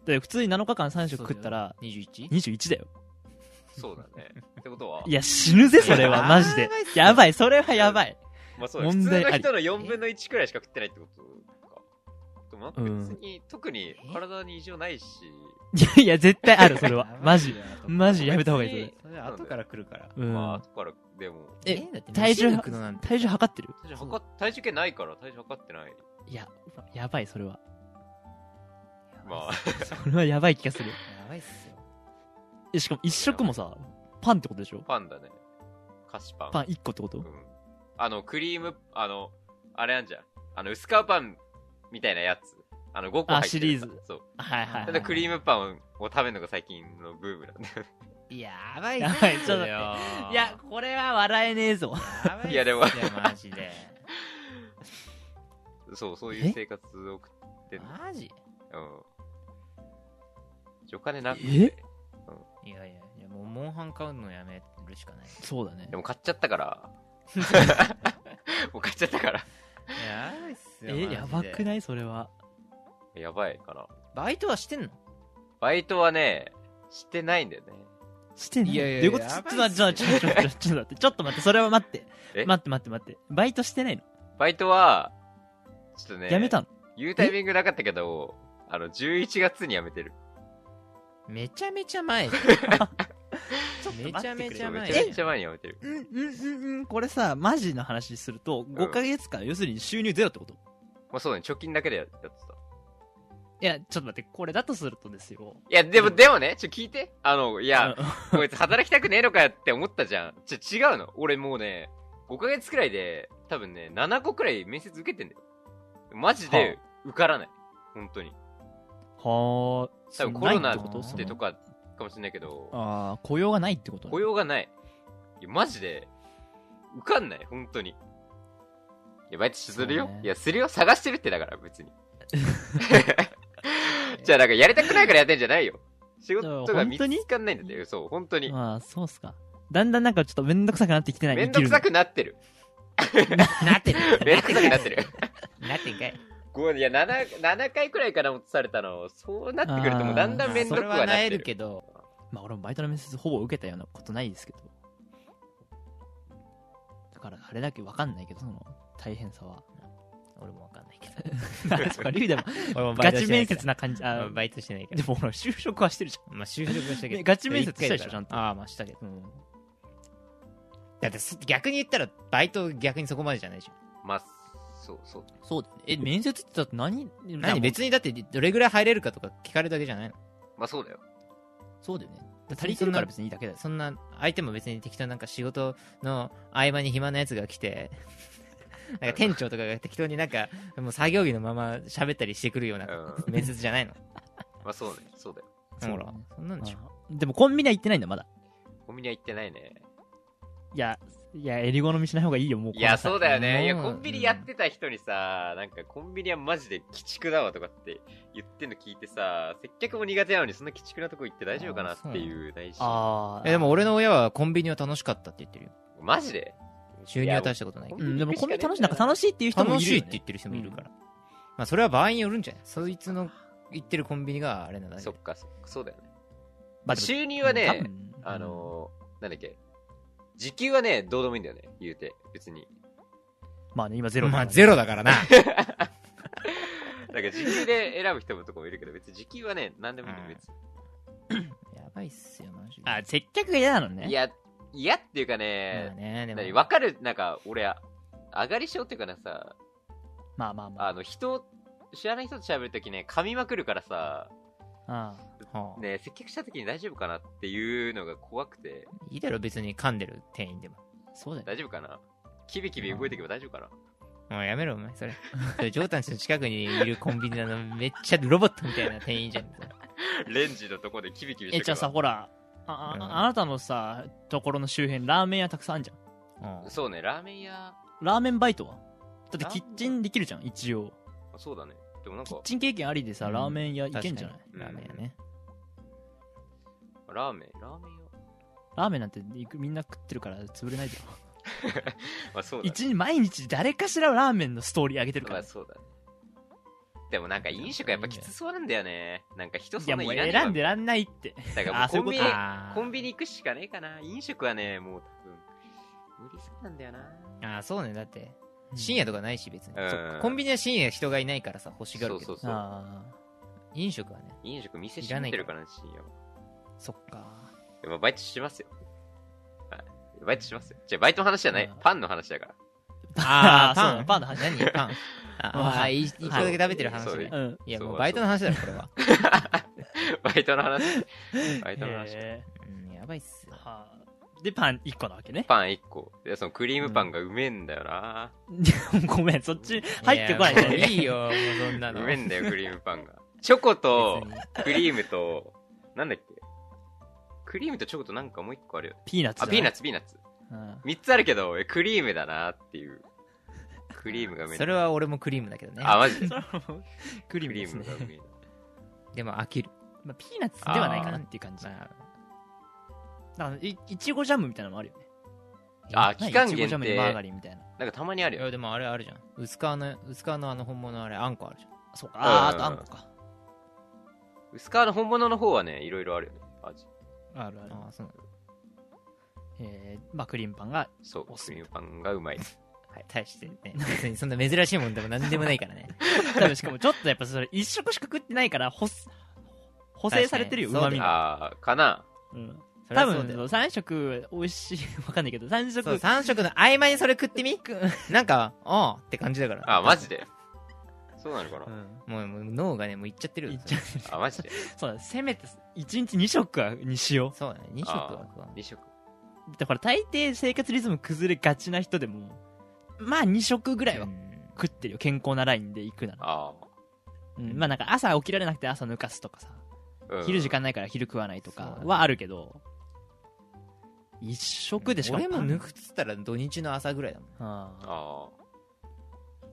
[SPEAKER 2] で、普通に7日間3食食ったら、
[SPEAKER 4] 21?
[SPEAKER 2] 21だよ。
[SPEAKER 3] そうだ
[SPEAKER 2] *laughs*、
[SPEAKER 3] ね。ってことはい
[SPEAKER 2] や、死ぬぜ、それ
[SPEAKER 4] い
[SPEAKER 2] は、
[SPEAKER 4] や
[SPEAKER 2] マジで
[SPEAKER 4] やばいっ。すよ
[SPEAKER 2] やばい、それはやばい。
[SPEAKER 3] まあそうだね普
[SPEAKER 2] 問
[SPEAKER 3] 通
[SPEAKER 2] 題
[SPEAKER 3] の
[SPEAKER 2] あり
[SPEAKER 3] 人の4分の1くらいしか食ってないってことか。でもなんか別に、特に体に異常ないし、
[SPEAKER 2] いやい *laughs* や、絶対ある、それは。マジ。マ
[SPEAKER 4] ジ。
[SPEAKER 2] ジ、やめた方がいい、そ
[SPEAKER 3] 別
[SPEAKER 2] れ
[SPEAKER 3] に。
[SPEAKER 4] それ後から来るから。
[SPEAKER 2] うん。
[SPEAKER 3] まあ、後から、でも、
[SPEAKER 2] え
[SPEAKER 4] だって
[SPEAKER 2] 体重
[SPEAKER 4] 飯食うのなんて
[SPEAKER 2] 体重測ってる
[SPEAKER 3] 体重測っ体重計ないから体重測ってない。
[SPEAKER 2] いや、やばい、それは。
[SPEAKER 3] まあ、
[SPEAKER 2] それはやばい気がする。
[SPEAKER 4] やばいっすよ。
[SPEAKER 2] えしかも、1食もさ、パンってことでしょ
[SPEAKER 3] パンだね。菓子パン。
[SPEAKER 2] パン1個ってこ
[SPEAKER 3] う
[SPEAKER 2] と
[SPEAKER 3] ん。あの、クリーム、あの、あれなんじゃん。あの、薄皮パンみたいなやつ。あの、5個入ってる
[SPEAKER 2] あシリーズ。
[SPEAKER 3] そう。
[SPEAKER 2] はいはい
[SPEAKER 3] た
[SPEAKER 2] は
[SPEAKER 3] だ
[SPEAKER 2] い。
[SPEAKER 3] クリームパンを食べるのが最近のブームなんだよね。 *laughs*
[SPEAKER 4] やばいっ
[SPEAKER 2] や
[SPEAKER 4] す
[SPEAKER 2] ば
[SPEAKER 4] よ
[SPEAKER 2] い。ちょっと待っていや、これは笑えねえぞ。
[SPEAKER 4] やばいっすよ。
[SPEAKER 3] いやでも
[SPEAKER 4] マジで。
[SPEAKER 3] そう、そういう生活を送ってんの
[SPEAKER 4] マジ
[SPEAKER 3] うん。お金なく
[SPEAKER 2] え
[SPEAKER 3] て。
[SPEAKER 4] いやいや、いやもう、モンハン買うのやめるしかない。
[SPEAKER 2] そうだね
[SPEAKER 3] で。も買っちゃっ
[SPEAKER 2] *laughs*
[SPEAKER 3] たから。もう買っちゃったから。 *laughs*
[SPEAKER 4] やばいっすよ。
[SPEAKER 2] え、やばく
[SPEAKER 4] い
[SPEAKER 2] ないそれは。
[SPEAKER 3] やばいかな。
[SPEAKER 4] バイトはしてんの
[SPEAKER 3] バイトはね、してないんだよね。
[SPEAKER 2] してない
[SPEAKER 4] いやいやいや
[SPEAKER 2] どういうことちょ
[SPEAKER 4] や
[SPEAKER 2] っと
[SPEAKER 4] ばいっす
[SPEAKER 2] 待って、ちょっと待って、ちょっと待って、ちょっと待って、それは待って。
[SPEAKER 3] え
[SPEAKER 2] 待って待って待って。バイトしてないの
[SPEAKER 3] バイトは、ちょっとね、
[SPEAKER 2] やめたの
[SPEAKER 3] 言うタイミングなかったけど、あの、11月に辞めてる。
[SPEAKER 4] めちゃめちゃ
[SPEAKER 2] *laughs*
[SPEAKER 4] 前じゃんめちゃめち
[SPEAKER 2] じ
[SPEAKER 3] そ
[SPEAKER 4] ゃ
[SPEAKER 3] うめ
[SPEAKER 4] 前
[SPEAKER 3] ちゃ
[SPEAKER 4] じ
[SPEAKER 3] めちゃ前に辞めてる。
[SPEAKER 2] うんうんうんうん。これさ、マジの話すると、5ヶ月間、要するに収入ゼロってこと
[SPEAKER 3] まあそうね、貯金だけでやってた。い
[SPEAKER 2] いや、ちょっと待って、これだとするとですよ。
[SPEAKER 3] や、でも、でもね、ちょ、聞いて。あの、い
[SPEAKER 2] い
[SPEAKER 3] や、、こいつ働きたくねえのかよって思ったじゃん。ちょ、違うの。俺もうね、5ヶ月くらいで、多分ね、7個くらい面接受けてんだよ。マジで、受からない。本当に。
[SPEAKER 2] はあ、
[SPEAKER 3] 多分
[SPEAKER 2] そ
[SPEAKER 3] コロナ
[SPEAKER 2] ないってことそ
[SPEAKER 3] でと
[SPEAKER 2] の
[SPEAKER 3] かかもしれないけど、
[SPEAKER 2] ああ、雇用がないってことね
[SPEAKER 3] *laughs* 雇用がない。いや、マジで、受かんない。本当に。いや、バイトするよ。
[SPEAKER 2] そうね
[SPEAKER 3] いや、するよ。探してるってだから、別に。じゃあ、なんか、やりたくないからやってんじゃないよ。仕事が見
[SPEAKER 2] 本当に
[SPEAKER 3] つかんないんだよ。そう、本当に。
[SPEAKER 2] まあ、そうっすか。だんだんなんかちょっとめんどくさくなってきてない
[SPEAKER 3] めんどく
[SPEAKER 2] 生
[SPEAKER 3] さ
[SPEAKER 2] きる
[SPEAKER 3] くなってる。
[SPEAKER 4] なってる。
[SPEAKER 3] めんどくさくなってる。
[SPEAKER 4] なってんかい。
[SPEAKER 3] ごめんいや 7, 7回くらいからもされたのそうなってくるともうだんだん面
[SPEAKER 4] そ
[SPEAKER 3] 倒く
[SPEAKER 4] れ
[SPEAKER 3] はな
[SPEAKER 4] は
[SPEAKER 3] っ
[SPEAKER 4] な
[SPEAKER 3] て
[SPEAKER 4] え
[SPEAKER 3] る
[SPEAKER 4] るけど、
[SPEAKER 2] のまあ、俺もバイトの面接ほぼ受けたようなことないですけど。だから、あれだけわかんないけど、その、大変さは。
[SPEAKER 4] 俺もわかんないけど。
[SPEAKER 2] あ *laughs* そうか、リュウでも、
[SPEAKER 4] 俺も
[SPEAKER 2] ガチ面接な感じ。あ
[SPEAKER 4] バイトしてないから
[SPEAKER 2] で。も、ほら、就職はしてるじ
[SPEAKER 4] まあ、就職はしたけど。
[SPEAKER 2] ねガチ面接したでしょちゃんと
[SPEAKER 4] ああ、まあ、したけど。
[SPEAKER 2] ゃん。うん。
[SPEAKER 4] だってそ、逆に言ったら、バイト逆にそこまでじゃないでしょ。
[SPEAKER 3] まあそうそう
[SPEAKER 2] そうだよね。え、面接ってだって何
[SPEAKER 4] 何別にだって、どれぐらい入れるかとか聞かれるだけじゃないの
[SPEAKER 3] まあそうだよ
[SPEAKER 2] そうだよね。足りてるから別にいいだけだよ。
[SPEAKER 4] そんな、相手も別に適当になんか仕事の合間に暇なやつが来て、なんか店長とかが適当になんか、もう作業着のまま喋ったりしてくるような
[SPEAKER 3] うん
[SPEAKER 4] 面接じゃないの。
[SPEAKER 3] まあそうねそうだよ
[SPEAKER 2] そう
[SPEAKER 4] ほ
[SPEAKER 2] だ
[SPEAKER 4] ら
[SPEAKER 2] ね、
[SPEAKER 4] そんなんでしょ。
[SPEAKER 2] あーでも、コンビニは行ってないんだ、まだ。
[SPEAKER 3] コンビニは行ってないね
[SPEAKER 2] いや、いや、襟好みしない方がいいよ、もう。
[SPEAKER 3] いや、そうだよね。いや、
[SPEAKER 4] もう
[SPEAKER 3] コンビニやってた人にさ、なんかコンビニはマジで鬼畜だわとかって言ってんの聞いてさ、接客も苦手なのにそんな鬼畜なとこ行って大丈夫かなっていう内心。
[SPEAKER 2] ああ。
[SPEAKER 4] えでも、俺の親はコンビニは楽しかったって言ってるよ
[SPEAKER 3] マジで
[SPEAKER 4] 収入は大したことないけ
[SPEAKER 3] い
[SPEAKER 4] ど
[SPEAKER 3] や
[SPEAKER 2] うん、でもコンビニ楽しい、なんか楽しいっていう人も
[SPEAKER 4] 楽
[SPEAKER 2] い
[SPEAKER 4] し
[SPEAKER 2] る
[SPEAKER 4] い
[SPEAKER 2] よ
[SPEAKER 4] っ
[SPEAKER 2] ね、
[SPEAKER 4] て言ってる人もいるから、まあそれは場合によるんじゃないそいつの行ってるコンビニがあれなんだ
[SPEAKER 3] そっか、そっか、そうだよね。
[SPEAKER 2] まあでも
[SPEAKER 3] 収入は
[SPEAKER 2] 多
[SPEAKER 3] ね、
[SPEAKER 2] 分
[SPEAKER 3] あのー、なんだっけ、時給はね、どうでもいいんだよね、言うて、別に。
[SPEAKER 2] まあね、今ゼロだ
[SPEAKER 4] ま
[SPEAKER 2] か
[SPEAKER 4] あ
[SPEAKER 2] らね。
[SPEAKER 4] ゼロだからな
[SPEAKER 3] なんか時給で選ぶ人もとかもいるけど、別に時給はね、なんでもいいんだよ、別に。
[SPEAKER 4] やばいっすよマジで
[SPEAKER 2] あ、接客が嫌なのね。
[SPEAKER 3] いや、嫌っていうか
[SPEAKER 4] まあ
[SPEAKER 3] ね、
[SPEAKER 4] ねでも
[SPEAKER 3] 何わかる、なんか、俺、上がり症っていうかなさ、
[SPEAKER 2] まあまあまあ。
[SPEAKER 3] あの、人、知らない人と喋るときね、噛みまくるからさ、
[SPEAKER 2] あ
[SPEAKER 4] はあ
[SPEAKER 3] ね、接客したときに大丈夫かなっていうのが怖くて、
[SPEAKER 4] いいだろ別に噛んでる店員でも
[SPEAKER 2] あそうだよね。
[SPEAKER 3] 大丈夫かなキビキビ動いていけば大丈夫かな
[SPEAKER 4] もうやめろお前それそれジョータン氏の近くにいるコンビニなのめっちゃロボットみたいな店員じゃん
[SPEAKER 3] レンジのとこでキビキビし
[SPEAKER 2] え、
[SPEAKER 3] て
[SPEAKER 2] じゃあさ、ほら、ああ
[SPEAKER 4] うん
[SPEAKER 2] あなたのさ、ところの周辺、ラーメン屋たくさんあるじゃん。
[SPEAKER 4] うん
[SPEAKER 3] そうね、ラーメン屋、あ
[SPEAKER 2] ラーメンバイトはだって
[SPEAKER 3] ラーメ
[SPEAKER 2] キ
[SPEAKER 3] ン
[SPEAKER 2] ッチンできるじゃん、一応。
[SPEAKER 3] そうだね。でもなん
[SPEAKER 2] キ
[SPEAKER 3] か
[SPEAKER 2] ッ、チン経験ありでさ、
[SPEAKER 4] うん
[SPEAKER 2] ラーメン屋行けんじゃない
[SPEAKER 4] 確かにラーメンやね
[SPEAKER 3] ラーメン、ラーメン
[SPEAKER 2] ラーメンなんて行くみんな食ってるから潰れないでよ。
[SPEAKER 3] 屋まあそうだね。
[SPEAKER 2] 一日毎日誰かしらラーメンのストーリー上げてるか
[SPEAKER 3] ま
[SPEAKER 2] ら
[SPEAKER 3] あ。そうだね。でもなんか飲食やっぱきつそうなんだよね。なんか人
[SPEAKER 2] い
[SPEAKER 3] そ
[SPEAKER 2] や
[SPEAKER 3] んな
[SPEAKER 2] もう
[SPEAKER 3] いらねえわ
[SPEAKER 2] 選んでらんないって。
[SPEAKER 3] だからもう
[SPEAKER 2] あそういう
[SPEAKER 3] コ
[SPEAKER 2] こと
[SPEAKER 3] ンビニ、
[SPEAKER 4] あ
[SPEAKER 3] コン
[SPEAKER 4] ー
[SPEAKER 3] ビニ行くしかねえかな。飲食はね、もう多分、無理そうなんだよな。
[SPEAKER 4] あーそうねだって深夜とかないし別に、
[SPEAKER 3] うん
[SPEAKER 4] そっかコンビニは深夜人がいないからさ欲しが
[SPEAKER 3] そ
[SPEAKER 4] る
[SPEAKER 3] う
[SPEAKER 4] けど
[SPEAKER 3] そうそう。
[SPEAKER 2] ああ、
[SPEAKER 4] 飲食はね
[SPEAKER 3] 飲食店閉めてるからね、深夜は。
[SPEAKER 2] そっか。
[SPEAKER 3] でもバイトしますよ。はいバイトしますよ。じゃあバイトの話じゃな
[SPEAKER 2] う
[SPEAKER 3] い
[SPEAKER 2] ん。
[SPEAKER 3] パンの話だから。 *laughs*
[SPEAKER 4] あ
[SPEAKER 2] *laughs*
[SPEAKER 4] ー
[SPEAKER 2] そうだパ
[SPEAKER 4] パン
[SPEAKER 2] ンの話。
[SPEAKER 4] 何パンああい一個だけ食べてる話
[SPEAKER 3] そう
[SPEAKER 4] ね
[SPEAKER 3] ね
[SPEAKER 2] *laughs* うん。
[SPEAKER 4] いや
[SPEAKER 3] そう
[SPEAKER 4] もうバイトの話だろこれは、
[SPEAKER 3] バイト
[SPEAKER 2] *laughs*
[SPEAKER 3] の話。バイトの話。
[SPEAKER 2] へー
[SPEAKER 4] うん、やばいっすよ
[SPEAKER 2] はあで、パン1個なわけね。
[SPEAKER 3] パン1個。で、そのクリームパンがうめえんだよな。
[SPEAKER 2] *laughs* ごめん、そっち入ってこない
[SPEAKER 4] や
[SPEAKER 2] ね。
[SPEAKER 4] もういいよもうそんな
[SPEAKER 3] う
[SPEAKER 4] の
[SPEAKER 3] めえんだよ、クリームパンが。チョコと
[SPEAKER 4] 別に
[SPEAKER 3] クリームと、なんだっけクリームとチョコとなんかもう1個あるよ。
[SPEAKER 2] ピーナッツ
[SPEAKER 3] あ、
[SPEAKER 2] だね。
[SPEAKER 3] ピーナッツ、ピーナッツ。
[SPEAKER 2] うん
[SPEAKER 3] 3つあるけど、えクリームだなっていう。クリームがうめえんだ
[SPEAKER 4] それは俺もクリームだけどね
[SPEAKER 3] あ、マジ
[SPEAKER 2] *laughs*
[SPEAKER 3] で。
[SPEAKER 2] それはもうクリーム
[SPEAKER 3] クリ
[SPEAKER 2] で
[SPEAKER 3] ー
[SPEAKER 2] す
[SPEAKER 3] ム
[SPEAKER 2] ね
[SPEAKER 3] が。うめえな。
[SPEAKER 4] でも飽きる
[SPEAKER 2] まあ、ピーナッツではないかなっていう感じ。
[SPEAKER 4] ま
[SPEAKER 2] だからい、いちごジャムみたいなのもあるよね。
[SPEAKER 4] あ
[SPEAKER 3] あ、期間
[SPEAKER 2] いちご
[SPEAKER 3] 限
[SPEAKER 2] ジャムにマーガ
[SPEAKER 3] 定。
[SPEAKER 2] リンみたいな。
[SPEAKER 3] なんかたまにあ
[SPEAKER 4] い
[SPEAKER 3] るよ。
[SPEAKER 4] やでもあれあるじゃん薄皮の薄皮のあの本物あれあんこあるじゃん
[SPEAKER 2] そうか。ああ、あ
[SPEAKER 3] うん
[SPEAKER 2] とあんこか。
[SPEAKER 3] 薄皮の本物の方はね、いろいろあるよね。味。
[SPEAKER 2] あるある。
[SPEAKER 4] ああそうなんだ
[SPEAKER 2] えー、まあ、クリームパンが、
[SPEAKER 3] そう、
[SPEAKER 2] おすす
[SPEAKER 3] ク
[SPEAKER 2] め
[SPEAKER 3] リームパンがうまい。
[SPEAKER 4] 大してね別にそんな珍しいもんでも何でもないからね
[SPEAKER 2] 多分しかもちょっとやっぱそれ、一食しか食ってないから、補す補正されてるよ、
[SPEAKER 4] 確
[SPEAKER 2] 旨味
[SPEAKER 4] かに
[SPEAKER 2] が。
[SPEAKER 3] あー、かな。
[SPEAKER 2] うん
[SPEAKER 4] そりゃ
[SPEAKER 2] 多
[SPEAKER 4] そうだよ
[SPEAKER 2] 分、三食美味しい、わかんないけど、三
[SPEAKER 4] そう
[SPEAKER 2] 食、
[SPEAKER 4] 3食の合間にそれ食ってみなんかああって感じだから
[SPEAKER 3] あ、マジで。そうなのかな、
[SPEAKER 4] もうもう脳がねもういっちゃってるよ
[SPEAKER 2] いっちゃう。
[SPEAKER 3] あ、マジで。
[SPEAKER 2] *laughs* そうだ、せめて、一日二食はにしよう。
[SPEAKER 4] そうだね2食は食わん
[SPEAKER 3] 2食。
[SPEAKER 2] だってほら大抵生活リズム崩れがちな人でもまあ2食ぐらいは
[SPEAKER 4] うん
[SPEAKER 2] 食ってるよ健康なラインで行くなら、
[SPEAKER 3] あ
[SPEAKER 2] うんまあなんか朝起きられなくて朝抜かすとかさ、
[SPEAKER 3] あ、うん
[SPEAKER 2] 昼時間ないから昼食わないと
[SPEAKER 4] そう
[SPEAKER 2] か
[SPEAKER 4] だね
[SPEAKER 2] はあるけど一食でしか
[SPEAKER 4] 俺も抜
[SPEAKER 2] く
[SPEAKER 4] くっつったら土日の朝ぐらいだもん
[SPEAKER 2] あ
[SPEAKER 3] ああ。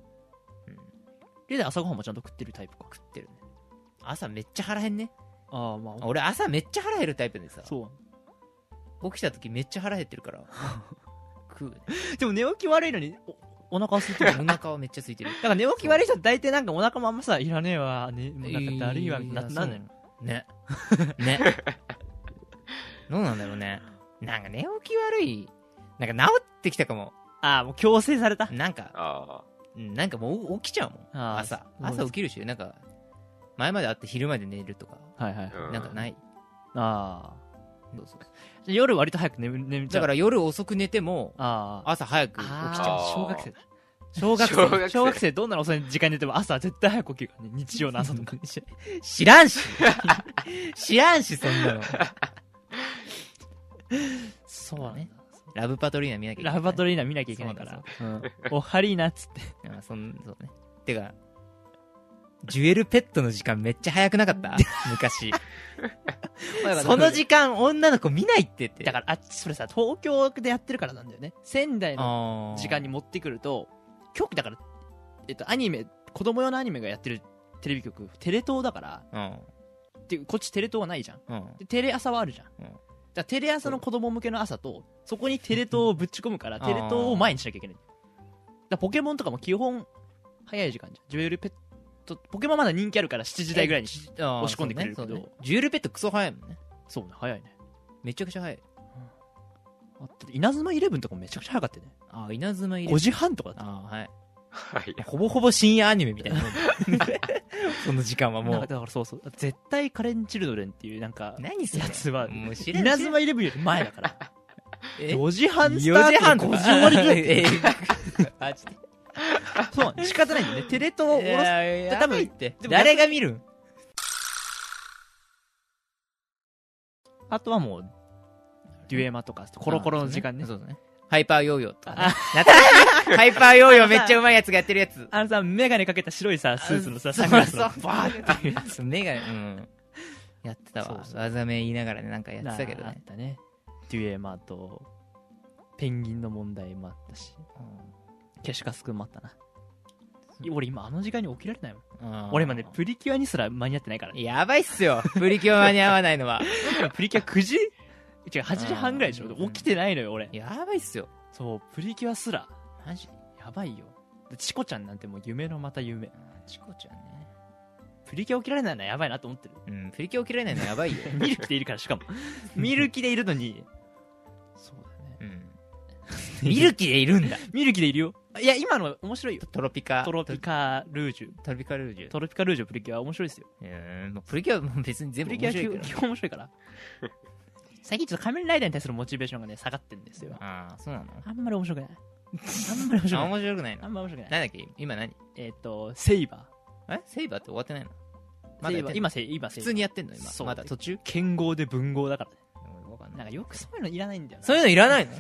[SPEAKER 2] で朝ごはんもちゃんと食ってるタイプか
[SPEAKER 4] 食ってるね朝めっちゃ腹減んね
[SPEAKER 2] ああまあ
[SPEAKER 4] 俺朝めっちゃ腹減るタイプでさ
[SPEAKER 2] そ
[SPEAKER 4] 起きた時めっちゃ腹減ってるから *laughs* 食うね
[SPEAKER 2] う *laughs* でも寝起き悪いのにおお腹は空いて *laughs*
[SPEAKER 4] お
[SPEAKER 2] るだ
[SPEAKER 4] 腹はめっちゃ空いてる
[SPEAKER 2] から寝起き悪い人って大抵なんかお腹もあんまさいらねえわねもうなんかだるいわみたい
[SPEAKER 4] えー
[SPEAKER 2] にななんのよ
[SPEAKER 4] そう *laughs* ねねどうなんだろうねなんか寝起き悪いなんか治ってきたかも
[SPEAKER 2] ああもう強制された
[SPEAKER 4] なんか
[SPEAKER 3] あ
[SPEAKER 4] うんなんかもう起きちゃうもん
[SPEAKER 2] あー
[SPEAKER 4] 朝
[SPEAKER 2] そうです
[SPEAKER 4] 朝起きるしなんか前まであって昼まで寝るとか
[SPEAKER 2] はいはい、
[SPEAKER 3] あ。う
[SPEAKER 4] なんかない
[SPEAKER 2] ああ
[SPEAKER 4] そうそう
[SPEAKER 2] 夜割と早く眠眠っちゃ
[SPEAKER 4] だ
[SPEAKER 2] う
[SPEAKER 4] から夜遅く寝ても
[SPEAKER 2] ああ
[SPEAKER 4] 朝早く起きちゃ
[SPEAKER 2] あ
[SPEAKER 3] あ
[SPEAKER 2] ー
[SPEAKER 3] ー
[SPEAKER 2] 小学生だ小学生
[SPEAKER 3] 小学生
[SPEAKER 2] 小学生どんなに遅い時間に寝ても朝は絶対早く起きるからね日曜の朝とか *laughs*
[SPEAKER 4] う知らんし知らんしそんなの
[SPEAKER 2] そうだね
[SPEAKER 4] ラブパトリーナ見なきゃいけない
[SPEAKER 2] ラブバトリーナ見なきゃいけないから
[SPEAKER 4] そう
[SPEAKER 2] うんおはりーなっつって
[SPEAKER 4] あそんそうねてかジュエルペットの時間めっちゃ早くなか
[SPEAKER 2] *laughs*
[SPEAKER 4] った昔。その時間女の子見ないってって。
[SPEAKER 2] *laughs* だからあっちそれさ東京でやってるからなんだよね仙台の
[SPEAKER 4] あー
[SPEAKER 2] 時間に持ってくると局だから、えっと、アニメ子供用のアニメがやってるテレビ局テレ東だから
[SPEAKER 4] うん。
[SPEAKER 2] っていうこっちテレ東はないじゃん
[SPEAKER 4] うん。
[SPEAKER 2] でテレ朝はあるじゃん、
[SPEAKER 4] うん
[SPEAKER 2] だからテレ朝の子供向けの朝とそこにテレ東をぶっち込む
[SPEAKER 4] *laughs*
[SPEAKER 2] からテレ東を前にしなきゃいけないだからポケモンとかも基本早い時間じゃんジュエルペットポケモンまだ人気あるから7時台ぐらいに
[SPEAKER 4] えあー
[SPEAKER 2] 押し込んでくれるけ
[SPEAKER 4] そ
[SPEAKER 2] ど
[SPEAKER 4] うねそうねジュエルペットクソ早いもんね。
[SPEAKER 2] そうね早いね
[SPEAKER 4] めちゃくちゃ早い。
[SPEAKER 2] あだって稲妻イレブンとかもめちゃくちゃ早かったよね
[SPEAKER 4] あー、稲妻入れ
[SPEAKER 2] 5時半とかだった
[SPEAKER 4] あー *laughs* はい。
[SPEAKER 3] はい。
[SPEAKER 4] ほぼほぼ深夜アニメみたいなもんだよその時間
[SPEAKER 2] *laughs*
[SPEAKER 4] は
[SPEAKER 2] なん
[SPEAKER 4] も
[SPEAKER 2] か
[SPEAKER 4] う。
[SPEAKER 2] だからそうそう絶対カレンチルドレンっていうなんか
[SPEAKER 4] 何す
[SPEAKER 2] やつは
[SPEAKER 4] もう知らん
[SPEAKER 2] 稲妻イレブンより前だから
[SPEAKER 4] *laughs* え
[SPEAKER 2] 4時半
[SPEAKER 4] 4
[SPEAKER 2] スタート
[SPEAKER 4] 時半 *laughs*
[SPEAKER 2] 5時終わりぐらい
[SPEAKER 4] えーあ、ちょっと。
[SPEAKER 2] *laughs* そうなの仕方ないんだよねテレ東を下ろす
[SPEAKER 4] え
[SPEAKER 2] 多分
[SPEAKER 4] って
[SPEAKER 2] でも
[SPEAKER 4] 誰が見るん
[SPEAKER 2] あとはもうデュエマとかコロコロの時間ね
[SPEAKER 4] そうだね。ハイパーヨーヨーとかね。懐かしいハイパーヨーヨーめっちゃうまいやつがやってるやつ。
[SPEAKER 2] あのさ、メガネかけた白いさ、スーツのさ、
[SPEAKER 4] そ
[SPEAKER 2] サ
[SPEAKER 4] う
[SPEAKER 2] ングラスの
[SPEAKER 4] そう
[SPEAKER 2] バーっていうや
[SPEAKER 4] そう目が、うん。やってた
[SPEAKER 2] そう
[SPEAKER 4] わ。
[SPEAKER 2] そう
[SPEAKER 4] 技名言いながらね、なんかや
[SPEAKER 2] つ
[SPEAKER 4] ってたけど
[SPEAKER 2] あっ
[SPEAKER 4] ね。
[SPEAKER 2] たね。デュエマと、ペンギンの問題もあったし、ケシカスくんもあったな。いや俺今あの時間に起きられないもん。
[SPEAKER 4] うん
[SPEAKER 2] 俺今ね、プリキュアにすら間に合ってないから。
[SPEAKER 4] やばいっすよ。プリキュア間に合わないのは。
[SPEAKER 2] プリキュア9時
[SPEAKER 4] *laughs*
[SPEAKER 2] 違う、8時半ぐらいでしょ。
[SPEAKER 4] うん
[SPEAKER 2] 起きてないのよ、俺。
[SPEAKER 4] やばいっすよ。
[SPEAKER 2] そう、プリキュアすら。
[SPEAKER 4] マジ
[SPEAKER 2] やばいよ。チコちゃんなんてもう夢のまた夢。
[SPEAKER 4] チコちゃんね。
[SPEAKER 2] プリキュア起きられないのはやばいなと思ってる。
[SPEAKER 4] うん、プリキュア起きられないのやばいよ。
[SPEAKER 2] ミルキでいるから、しか *laughs* も。ミルキでいるのに。そうだね。
[SPEAKER 4] うん。ミルキでいるんだ。
[SPEAKER 2] ミルキでいるよ。いや、今の面白いよ。
[SPEAKER 4] トロピカ。
[SPEAKER 2] トロピカルージュ。
[SPEAKER 4] トロピカルージュ。
[SPEAKER 2] トロピカルージュプリキュア面白いですよ。
[SPEAKER 4] うん、もうプリキュアも別に全
[SPEAKER 2] プ
[SPEAKER 4] 部
[SPEAKER 2] リキュ
[SPEAKER 4] 面
[SPEAKER 2] ア
[SPEAKER 4] 白
[SPEAKER 2] 基
[SPEAKER 4] い
[SPEAKER 2] 本
[SPEAKER 4] けど
[SPEAKER 2] 基本面白いから。最近ちょっと仮面ライダーに対するモチベーションがね、下がってるんですよ。
[SPEAKER 4] ああ、そうなの
[SPEAKER 2] あんまり面白くない。あんまり面白
[SPEAKER 4] あ、
[SPEAKER 2] くない。
[SPEAKER 4] 面白くない
[SPEAKER 2] あ
[SPEAKER 4] の
[SPEAKER 2] んまり面白くない。
[SPEAKER 4] なんだっけ今何
[SPEAKER 2] えっと、セイバ
[SPEAKER 4] えセイバーって終わってないの
[SPEAKER 2] ー。
[SPEAKER 4] ま
[SPEAKER 2] セ
[SPEAKER 4] だ
[SPEAKER 2] イ
[SPEAKER 4] や
[SPEAKER 2] バ
[SPEAKER 4] ってん
[SPEAKER 2] ー。
[SPEAKER 4] の
[SPEAKER 2] 今セイ、今セ
[SPEAKER 4] 普
[SPEAKER 2] イ
[SPEAKER 4] 通にやってんの
[SPEAKER 2] そ
[SPEAKER 4] 今。
[SPEAKER 2] う
[SPEAKER 4] まだ途中
[SPEAKER 2] 剣豪で文豪だからね。
[SPEAKER 4] わかん
[SPEAKER 2] な
[SPEAKER 4] なんい
[SPEAKER 2] かよくそういうのいらないんだよな。
[SPEAKER 4] そういうのいらないの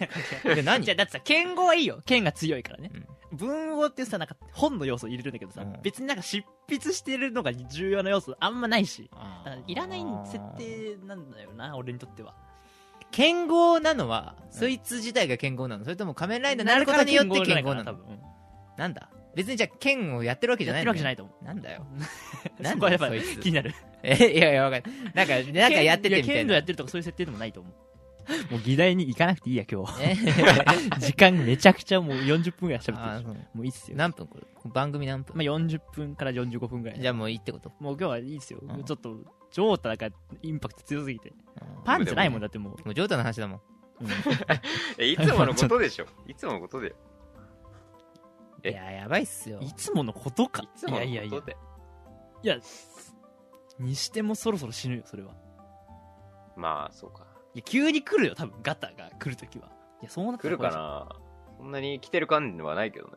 [SPEAKER 2] いや何じゃあだってさ剣豪はいいよ剣が強いからね、文豪ってさなんか本の要素入れるんだけどさ、
[SPEAKER 4] うん
[SPEAKER 2] 別になんか執筆してるのが重要な要素あんまないしだから
[SPEAKER 4] あー
[SPEAKER 2] いらない設定なんだよな俺にとっては
[SPEAKER 4] 剣豪なのは、そいつ自体が剣豪なのそれとも仮面ライダーになることによって剣豪な
[SPEAKER 2] 多
[SPEAKER 4] の
[SPEAKER 2] 分うん
[SPEAKER 4] なんだ別にじゃあ剣をやってるわけじゃ
[SPEAKER 2] やっ
[SPEAKER 4] な
[SPEAKER 2] てる
[SPEAKER 4] いの
[SPEAKER 2] わけじゃないと思う
[SPEAKER 4] なん
[SPEAKER 2] *laughs*
[SPEAKER 4] だよ。な
[SPEAKER 2] そ
[SPEAKER 4] ん
[SPEAKER 2] こは
[SPEAKER 4] だ
[SPEAKER 2] や
[SPEAKER 4] よ
[SPEAKER 2] っぱ
[SPEAKER 4] そい
[SPEAKER 2] り *laughs*
[SPEAKER 4] つ
[SPEAKER 2] 気になる
[SPEAKER 4] え、いやいや、わかんない。なんか、 *laughs* なんかやってて
[SPEAKER 2] 剣
[SPEAKER 4] み
[SPEAKER 2] い
[SPEAKER 4] た
[SPEAKER 2] や
[SPEAKER 4] い
[SPEAKER 2] 剣道
[SPEAKER 4] な
[SPEAKER 2] やっ。てるとかそういう設定でもないと思うもう議題に行かなくていいや今日
[SPEAKER 4] *laughs*
[SPEAKER 2] *laughs*
[SPEAKER 4] え
[SPEAKER 2] 時間めちゃくちゃもう40分ぐらい喋ってる
[SPEAKER 4] あー
[SPEAKER 2] し *laughs*
[SPEAKER 4] そう
[SPEAKER 2] もういいっすよ、ま
[SPEAKER 4] 何分これ番組何
[SPEAKER 2] あ、
[SPEAKER 4] 分
[SPEAKER 2] 40分から45分ぐらい
[SPEAKER 4] じゃあもういいってこと
[SPEAKER 2] もう今日はいいですよ、
[SPEAKER 4] うん
[SPEAKER 2] ちょっとジョータがインパクト強すぎてパンじゃないもんだってもう
[SPEAKER 4] もうジョータの話だもん。
[SPEAKER 3] え、いつものことでしょ。
[SPEAKER 2] *laughs*
[SPEAKER 3] いつものことで。え
[SPEAKER 4] いや、やばいっすよ。
[SPEAKER 2] いつものことか
[SPEAKER 3] いつものことで。
[SPEAKER 2] いやいやいやいやにしてもそろそろ死ぬよそれは
[SPEAKER 3] まあ、そうか。
[SPEAKER 2] いや急に来るよ多分ガタが来るときはいやそうなった
[SPEAKER 3] 来
[SPEAKER 2] ら
[SPEAKER 3] るかなそんなに来てる感はないけどね。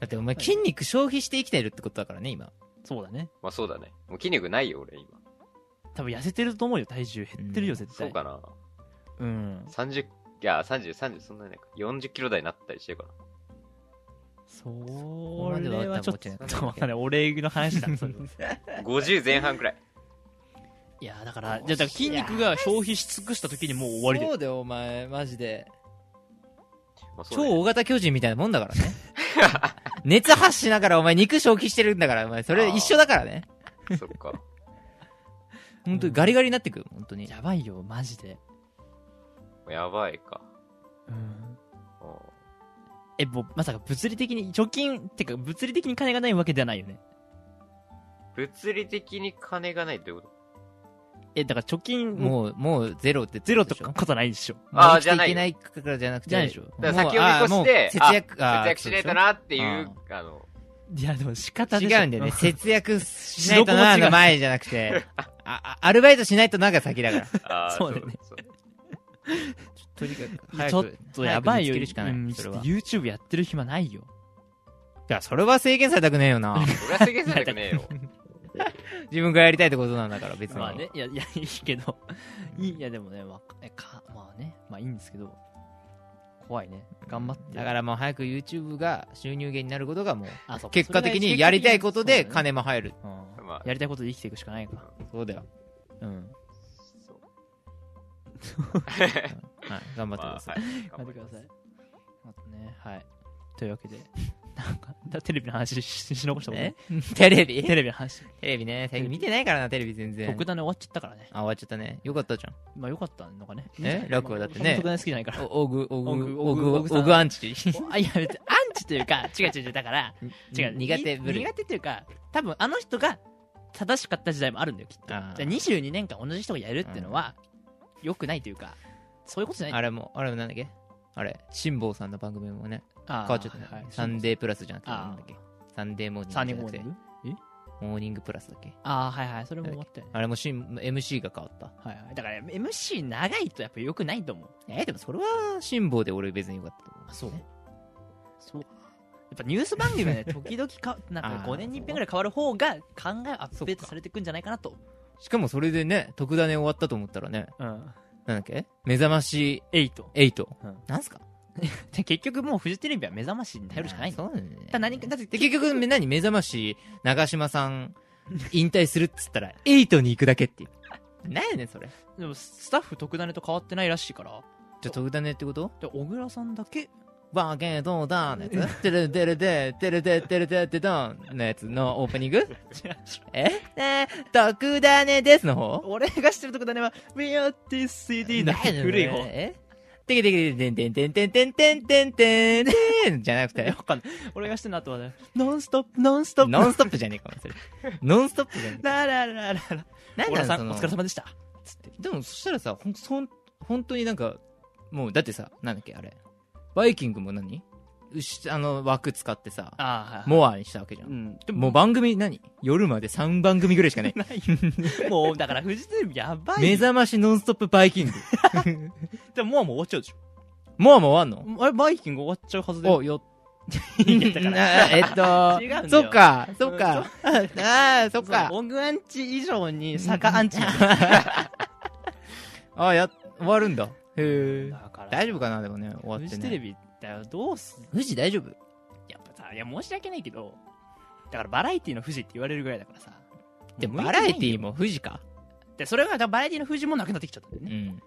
[SPEAKER 4] だってお前筋肉消費して生きてるってことだからね、今。
[SPEAKER 2] そうだね
[SPEAKER 3] まあそうだね。もう筋肉ないよ、俺今。
[SPEAKER 2] 多分痩せてると思うよ体重減ってるよ、
[SPEAKER 4] うん
[SPEAKER 2] 絶
[SPEAKER 3] そ
[SPEAKER 2] 対
[SPEAKER 3] うかな。
[SPEAKER 2] うん
[SPEAKER 3] 30、いや、30、30、そんなにないか。40キロ台になったりしてるか
[SPEAKER 2] そ
[SPEAKER 4] までは
[SPEAKER 2] れはちょっ
[SPEAKER 4] 多分
[SPEAKER 2] とわかんない俺の話 *laughs* だそれは
[SPEAKER 3] ら。50前半くらい。
[SPEAKER 2] いやだからじゃあだから筋肉が消費し尽くしたときにもう終わりで
[SPEAKER 4] そうだよ、お前、マジで。
[SPEAKER 3] まあそう
[SPEAKER 4] 超
[SPEAKER 3] だね
[SPEAKER 4] 大型巨人みたいなもんだから
[SPEAKER 2] *laughs*
[SPEAKER 4] ね。熱発しながらお前肉消費してるんだから、お前、それ一緒だからね。
[SPEAKER 3] そっか。
[SPEAKER 4] 本当にガリガリになってくる、本当に。
[SPEAKER 2] やばいよマジで
[SPEAKER 3] やばいか。
[SPEAKER 2] うん
[SPEAKER 3] うん
[SPEAKER 2] えもうまさか物理的に貯金ってか物理的に金がないわけではないよね
[SPEAKER 3] 物理的に金がないってこと
[SPEAKER 2] えだから貯金もう
[SPEAKER 4] もう、もうゼロって
[SPEAKER 2] ゼロと
[SPEAKER 4] こ
[SPEAKER 2] か
[SPEAKER 4] でしょ。
[SPEAKER 2] ことないでしょ
[SPEAKER 3] あー
[SPEAKER 4] もう生き
[SPEAKER 3] じ
[SPEAKER 4] て
[SPEAKER 3] ゃないよ
[SPEAKER 4] いけないからじゃなくて。
[SPEAKER 2] じゃないでしょだから
[SPEAKER 3] 先を見越して
[SPEAKER 4] もうあーもう節約、
[SPEAKER 3] 節約しないとなっていう、あの、
[SPEAKER 2] *laughs* いやでも仕
[SPEAKER 4] あ
[SPEAKER 2] 方
[SPEAKER 4] ー。
[SPEAKER 2] で
[SPEAKER 4] 違
[SPEAKER 2] しょ
[SPEAKER 4] うんだよね。節約しないとな
[SPEAKER 2] 白子も違
[SPEAKER 4] の
[SPEAKER 2] う
[SPEAKER 4] 前じゃなくて、ああ、アルバイトしないとなが先だ
[SPEAKER 2] *laughs*
[SPEAKER 4] から。
[SPEAKER 3] あー
[SPEAKER 2] そうだね
[SPEAKER 3] そう
[SPEAKER 4] とにか
[SPEAKER 2] い
[SPEAKER 4] く
[SPEAKER 2] や
[SPEAKER 4] 早く、
[SPEAKER 2] ちょっとやばいよ。
[SPEAKER 4] 早く見つけるしかない
[SPEAKER 2] うん、
[SPEAKER 4] そ
[SPEAKER 2] ち
[SPEAKER 4] れ
[SPEAKER 2] ょっ
[SPEAKER 4] は
[SPEAKER 2] と YouTube やってる暇ないよ。
[SPEAKER 4] いや、それは制限されたくねえよ
[SPEAKER 2] *laughs*
[SPEAKER 4] な。
[SPEAKER 3] 俺はすげえされたくねえよ。
[SPEAKER 4] 自分がやりたいってことなんだから、別に。
[SPEAKER 2] まあね、いや、いや、 *laughs* いいけど。いい、いや、でもね、わか、えか、まあね、まあいいんですけど。怖いね頑張って
[SPEAKER 4] だからもう早く YouTube が収入源になることがもう
[SPEAKER 2] あそうか
[SPEAKER 4] 結果的にやりたいことで金も入る
[SPEAKER 2] そうだねうん
[SPEAKER 3] まあ
[SPEAKER 2] やりたいことで生きていくしかないか
[SPEAKER 4] そうだよ、
[SPEAKER 2] うん
[SPEAKER 3] そう
[SPEAKER 4] はい、頑張
[SPEAKER 3] まあはい頑張
[SPEAKER 4] ってください、
[SPEAKER 3] り
[SPEAKER 2] 待って
[SPEAKER 3] ま
[SPEAKER 2] く
[SPEAKER 3] す
[SPEAKER 2] ださいあとねはいというわけでなんか *laughs* だテレビの話しし残したことない
[SPEAKER 4] えテレビ
[SPEAKER 2] テレビの話
[SPEAKER 4] テレビね最近見てないからなテレビ全然
[SPEAKER 2] 特ダネ終わっちゃったからね
[SPEAKER 4] あ終わっちゃったねよかったじゃん
[SPEAKER 2] まあよかったのかね
[SPEAKER 4] え楽はだってね
[SPEAKER 2] まあ特ダネ好きじゃない
[SPEAKER 4] *laughs*
[SPEAKER 2] から
[SPEAKER 4] おオグオグオ
[SPEAKER 2] オグ
[SPEAKER 4] グ
[SPEAKER 2] オグさん
[SPEAKER 4] オグアンチ
[SPEAKER 2] あいや別にアンチというか違う違う違うだから *laughs* 違う
[SPEAKER 4] 苦手
[SPEAKER 2] に
[SPEAKER 4] 部類
[SPEAKER 2] 苦手というか多分あの人が正しかった時代もあるんだよきっとじゃ
[SPEAKER 4] あ
[SPEAKER 2] あ
[SPEAKER 4] ー
[SPEAKER 2] 22年間同じ人がやるっていうのは、良くないというかそういうことじゃない
[SPEAKER 4] あれもあれもなんだっけあれ辛坊さんの番組もね
[SPEAKER 2] あ
[SPEAKER 4] 変わっちゃった、ね
[SPEAKER 2] はいはい
[SPEAKER 4] サンデープラスじゃなくて
[SPEAKER 2] あー
[SPEAKER 4] なんだっけサンデーモーニン
[SPEAKER 2] サ
[SPEAKER 4] グ
[SPEAKER 2] ン
[SPEAKER 4] じ
[SPEAKER 2] デ
[SPEAKER 4] ゃ
[SPEAKER 2] ー
[SPEAKER 4] な
[SPEAKER 2] モー
[SPEAKER 4] く
[SPEAKER 2] ニ
[SPEAKER 4] て
[SPEAKER 2] ング
[SPEAKER 4] モーニングプラスだっけ
[SPEAKER 2] ああはいはいそれも終わったよね
[SPEAKER 4] あれもしん MC が変わった
[SPEAKER 2] はいはいだから MC 長いとやっぱ良くないと思う
[SPEAKER 4] えでもそれは辛抱で俺別によかったと思う
[SPEAKER 2] あそうそうやっぱニュース番組 *laughs* はね時々かなん
[SPEAKER 4] あ
[SPEAKER 2] か
[SPEAKER 4] ー
[SPEAKER 2] 5年に1遍ぐらい変わる方が考えアップデートされていくんじゃないかなと
[SPEAKER 4] しかもそれでね特ダネ終わったと思ったらね
[SPEAKER 2] うん
[SPEAKER 4] なんだっけ目覚まし
[SPEAKER 2] 8
[SPEAKER 4] 8、
[SPEAKER 2] うん
[SPEAKER 4] なんすか
[SPEAKER 2] で結局もうフジテレビは目覚ましに頼るしかないんだ
[SPEAKER 4] そうだね
[SPEAKER 2] だ何かだって
[SPEAKER 4] で結局め何目覚まし長嶋さん引退するっつ *laughs* ったら8に行くだけっていう何やねんそれ
[SPEAKER 2] でもスタッフ特ダネと変わってないらしいから
[SPEAKER 4] じゃあ特ダネってこと
[SPEAKER 2] で小倉さんだけ
[SPEAKER 4] バーゲンドーダーのやつテレテレテテレテテレテテドーンのやつのオープニングえね特ダネですの方
[SPEAKER 2] 俺が知ってる特ダネは「We are this CD」の
[SPEAKER 4] 何やねん
[SPEAKER 2] 古い方
[SPEAKER 4] えてけてけてんてんてんてんてんてんてんてんてんじゃなくて
[SPEAKER 2] わかんない俺が知ってるの後はね「ノンストップノンストップ」
[SPEAKER 4] ノンストップじゃねえかもそれノンストップじゃねえか
[SPEAKER 2] ラララララ
[SPEAKER 4] 何
[SPEAKER 2] 小倉
[SPEAKER 4] なの
[SPEAKER 2] さ
[SPEAKER 4] そ
[SPEAKER 2] ん
[SPEAKER 4] の
[SPEAKER 2] お疲れ様でしたつって
[SPEAKER 4] でもそしたらさほんそん本当になんかもうだってさなんだっけあれバイキングも何うしあの枠使ってさ
[SPEAKER 2] ああはい
[SPEAKER 4] モアにしたわけじゃん、
[SPEAKER 2] うんで
[SPEAKER 4] もう番組何夜まで3番組ぐらいしかない
[SPEAKER 2] ない
[SPEAKER 4] *laughs*
[SPEAKER 2] よもうだからフジテレビやばい
[SPEAKER 4] 目覚ましノンストップバイキング
[SPEAKER 2] でももうもう終わっちゃうでし
[SPEAKER 4] モアも終わんの
[SPEAKER 2] ょあれバイキング終わっちゃうはずだよ
[SPEAKER 4] お *laughs* よ
[SPEAKER 2] いやだから
[SPEAKER 4] えっと
[SPEAKER 2] 違うんだよ
[SPEAKER 4] そっかそっかああそっか
[SPEAKER 2] オグアンチ以上に坂アンチなんだよ
[SPEAKER 4] あや終わるんだへえ
[SPEAKER 2] だから
[SPEAKER 4] 大丈夫かなでもね終わって
[SPEAKER 2] フ
[SPEAKER 4] ね
[SPEAKER 2] ジテレビだよどうす
[SPEAKER 4] 富士大丈夫
[SPEAKER 2] やっぱさいや申し訳ないけどだからバラエティの富士って言われるぐらいだからさ
[SPEAKER 4] でもバラエティ
[SPEAKER 2] ー
[SPEAKER 4] ーも富士か
[SPEAKER 2] でそれがだからバラエティの富士もなくなってきちゃったんだよ
[SPEAKER 4] う
[SPEAKER 2] ね、
[SPEAKER 4] ん。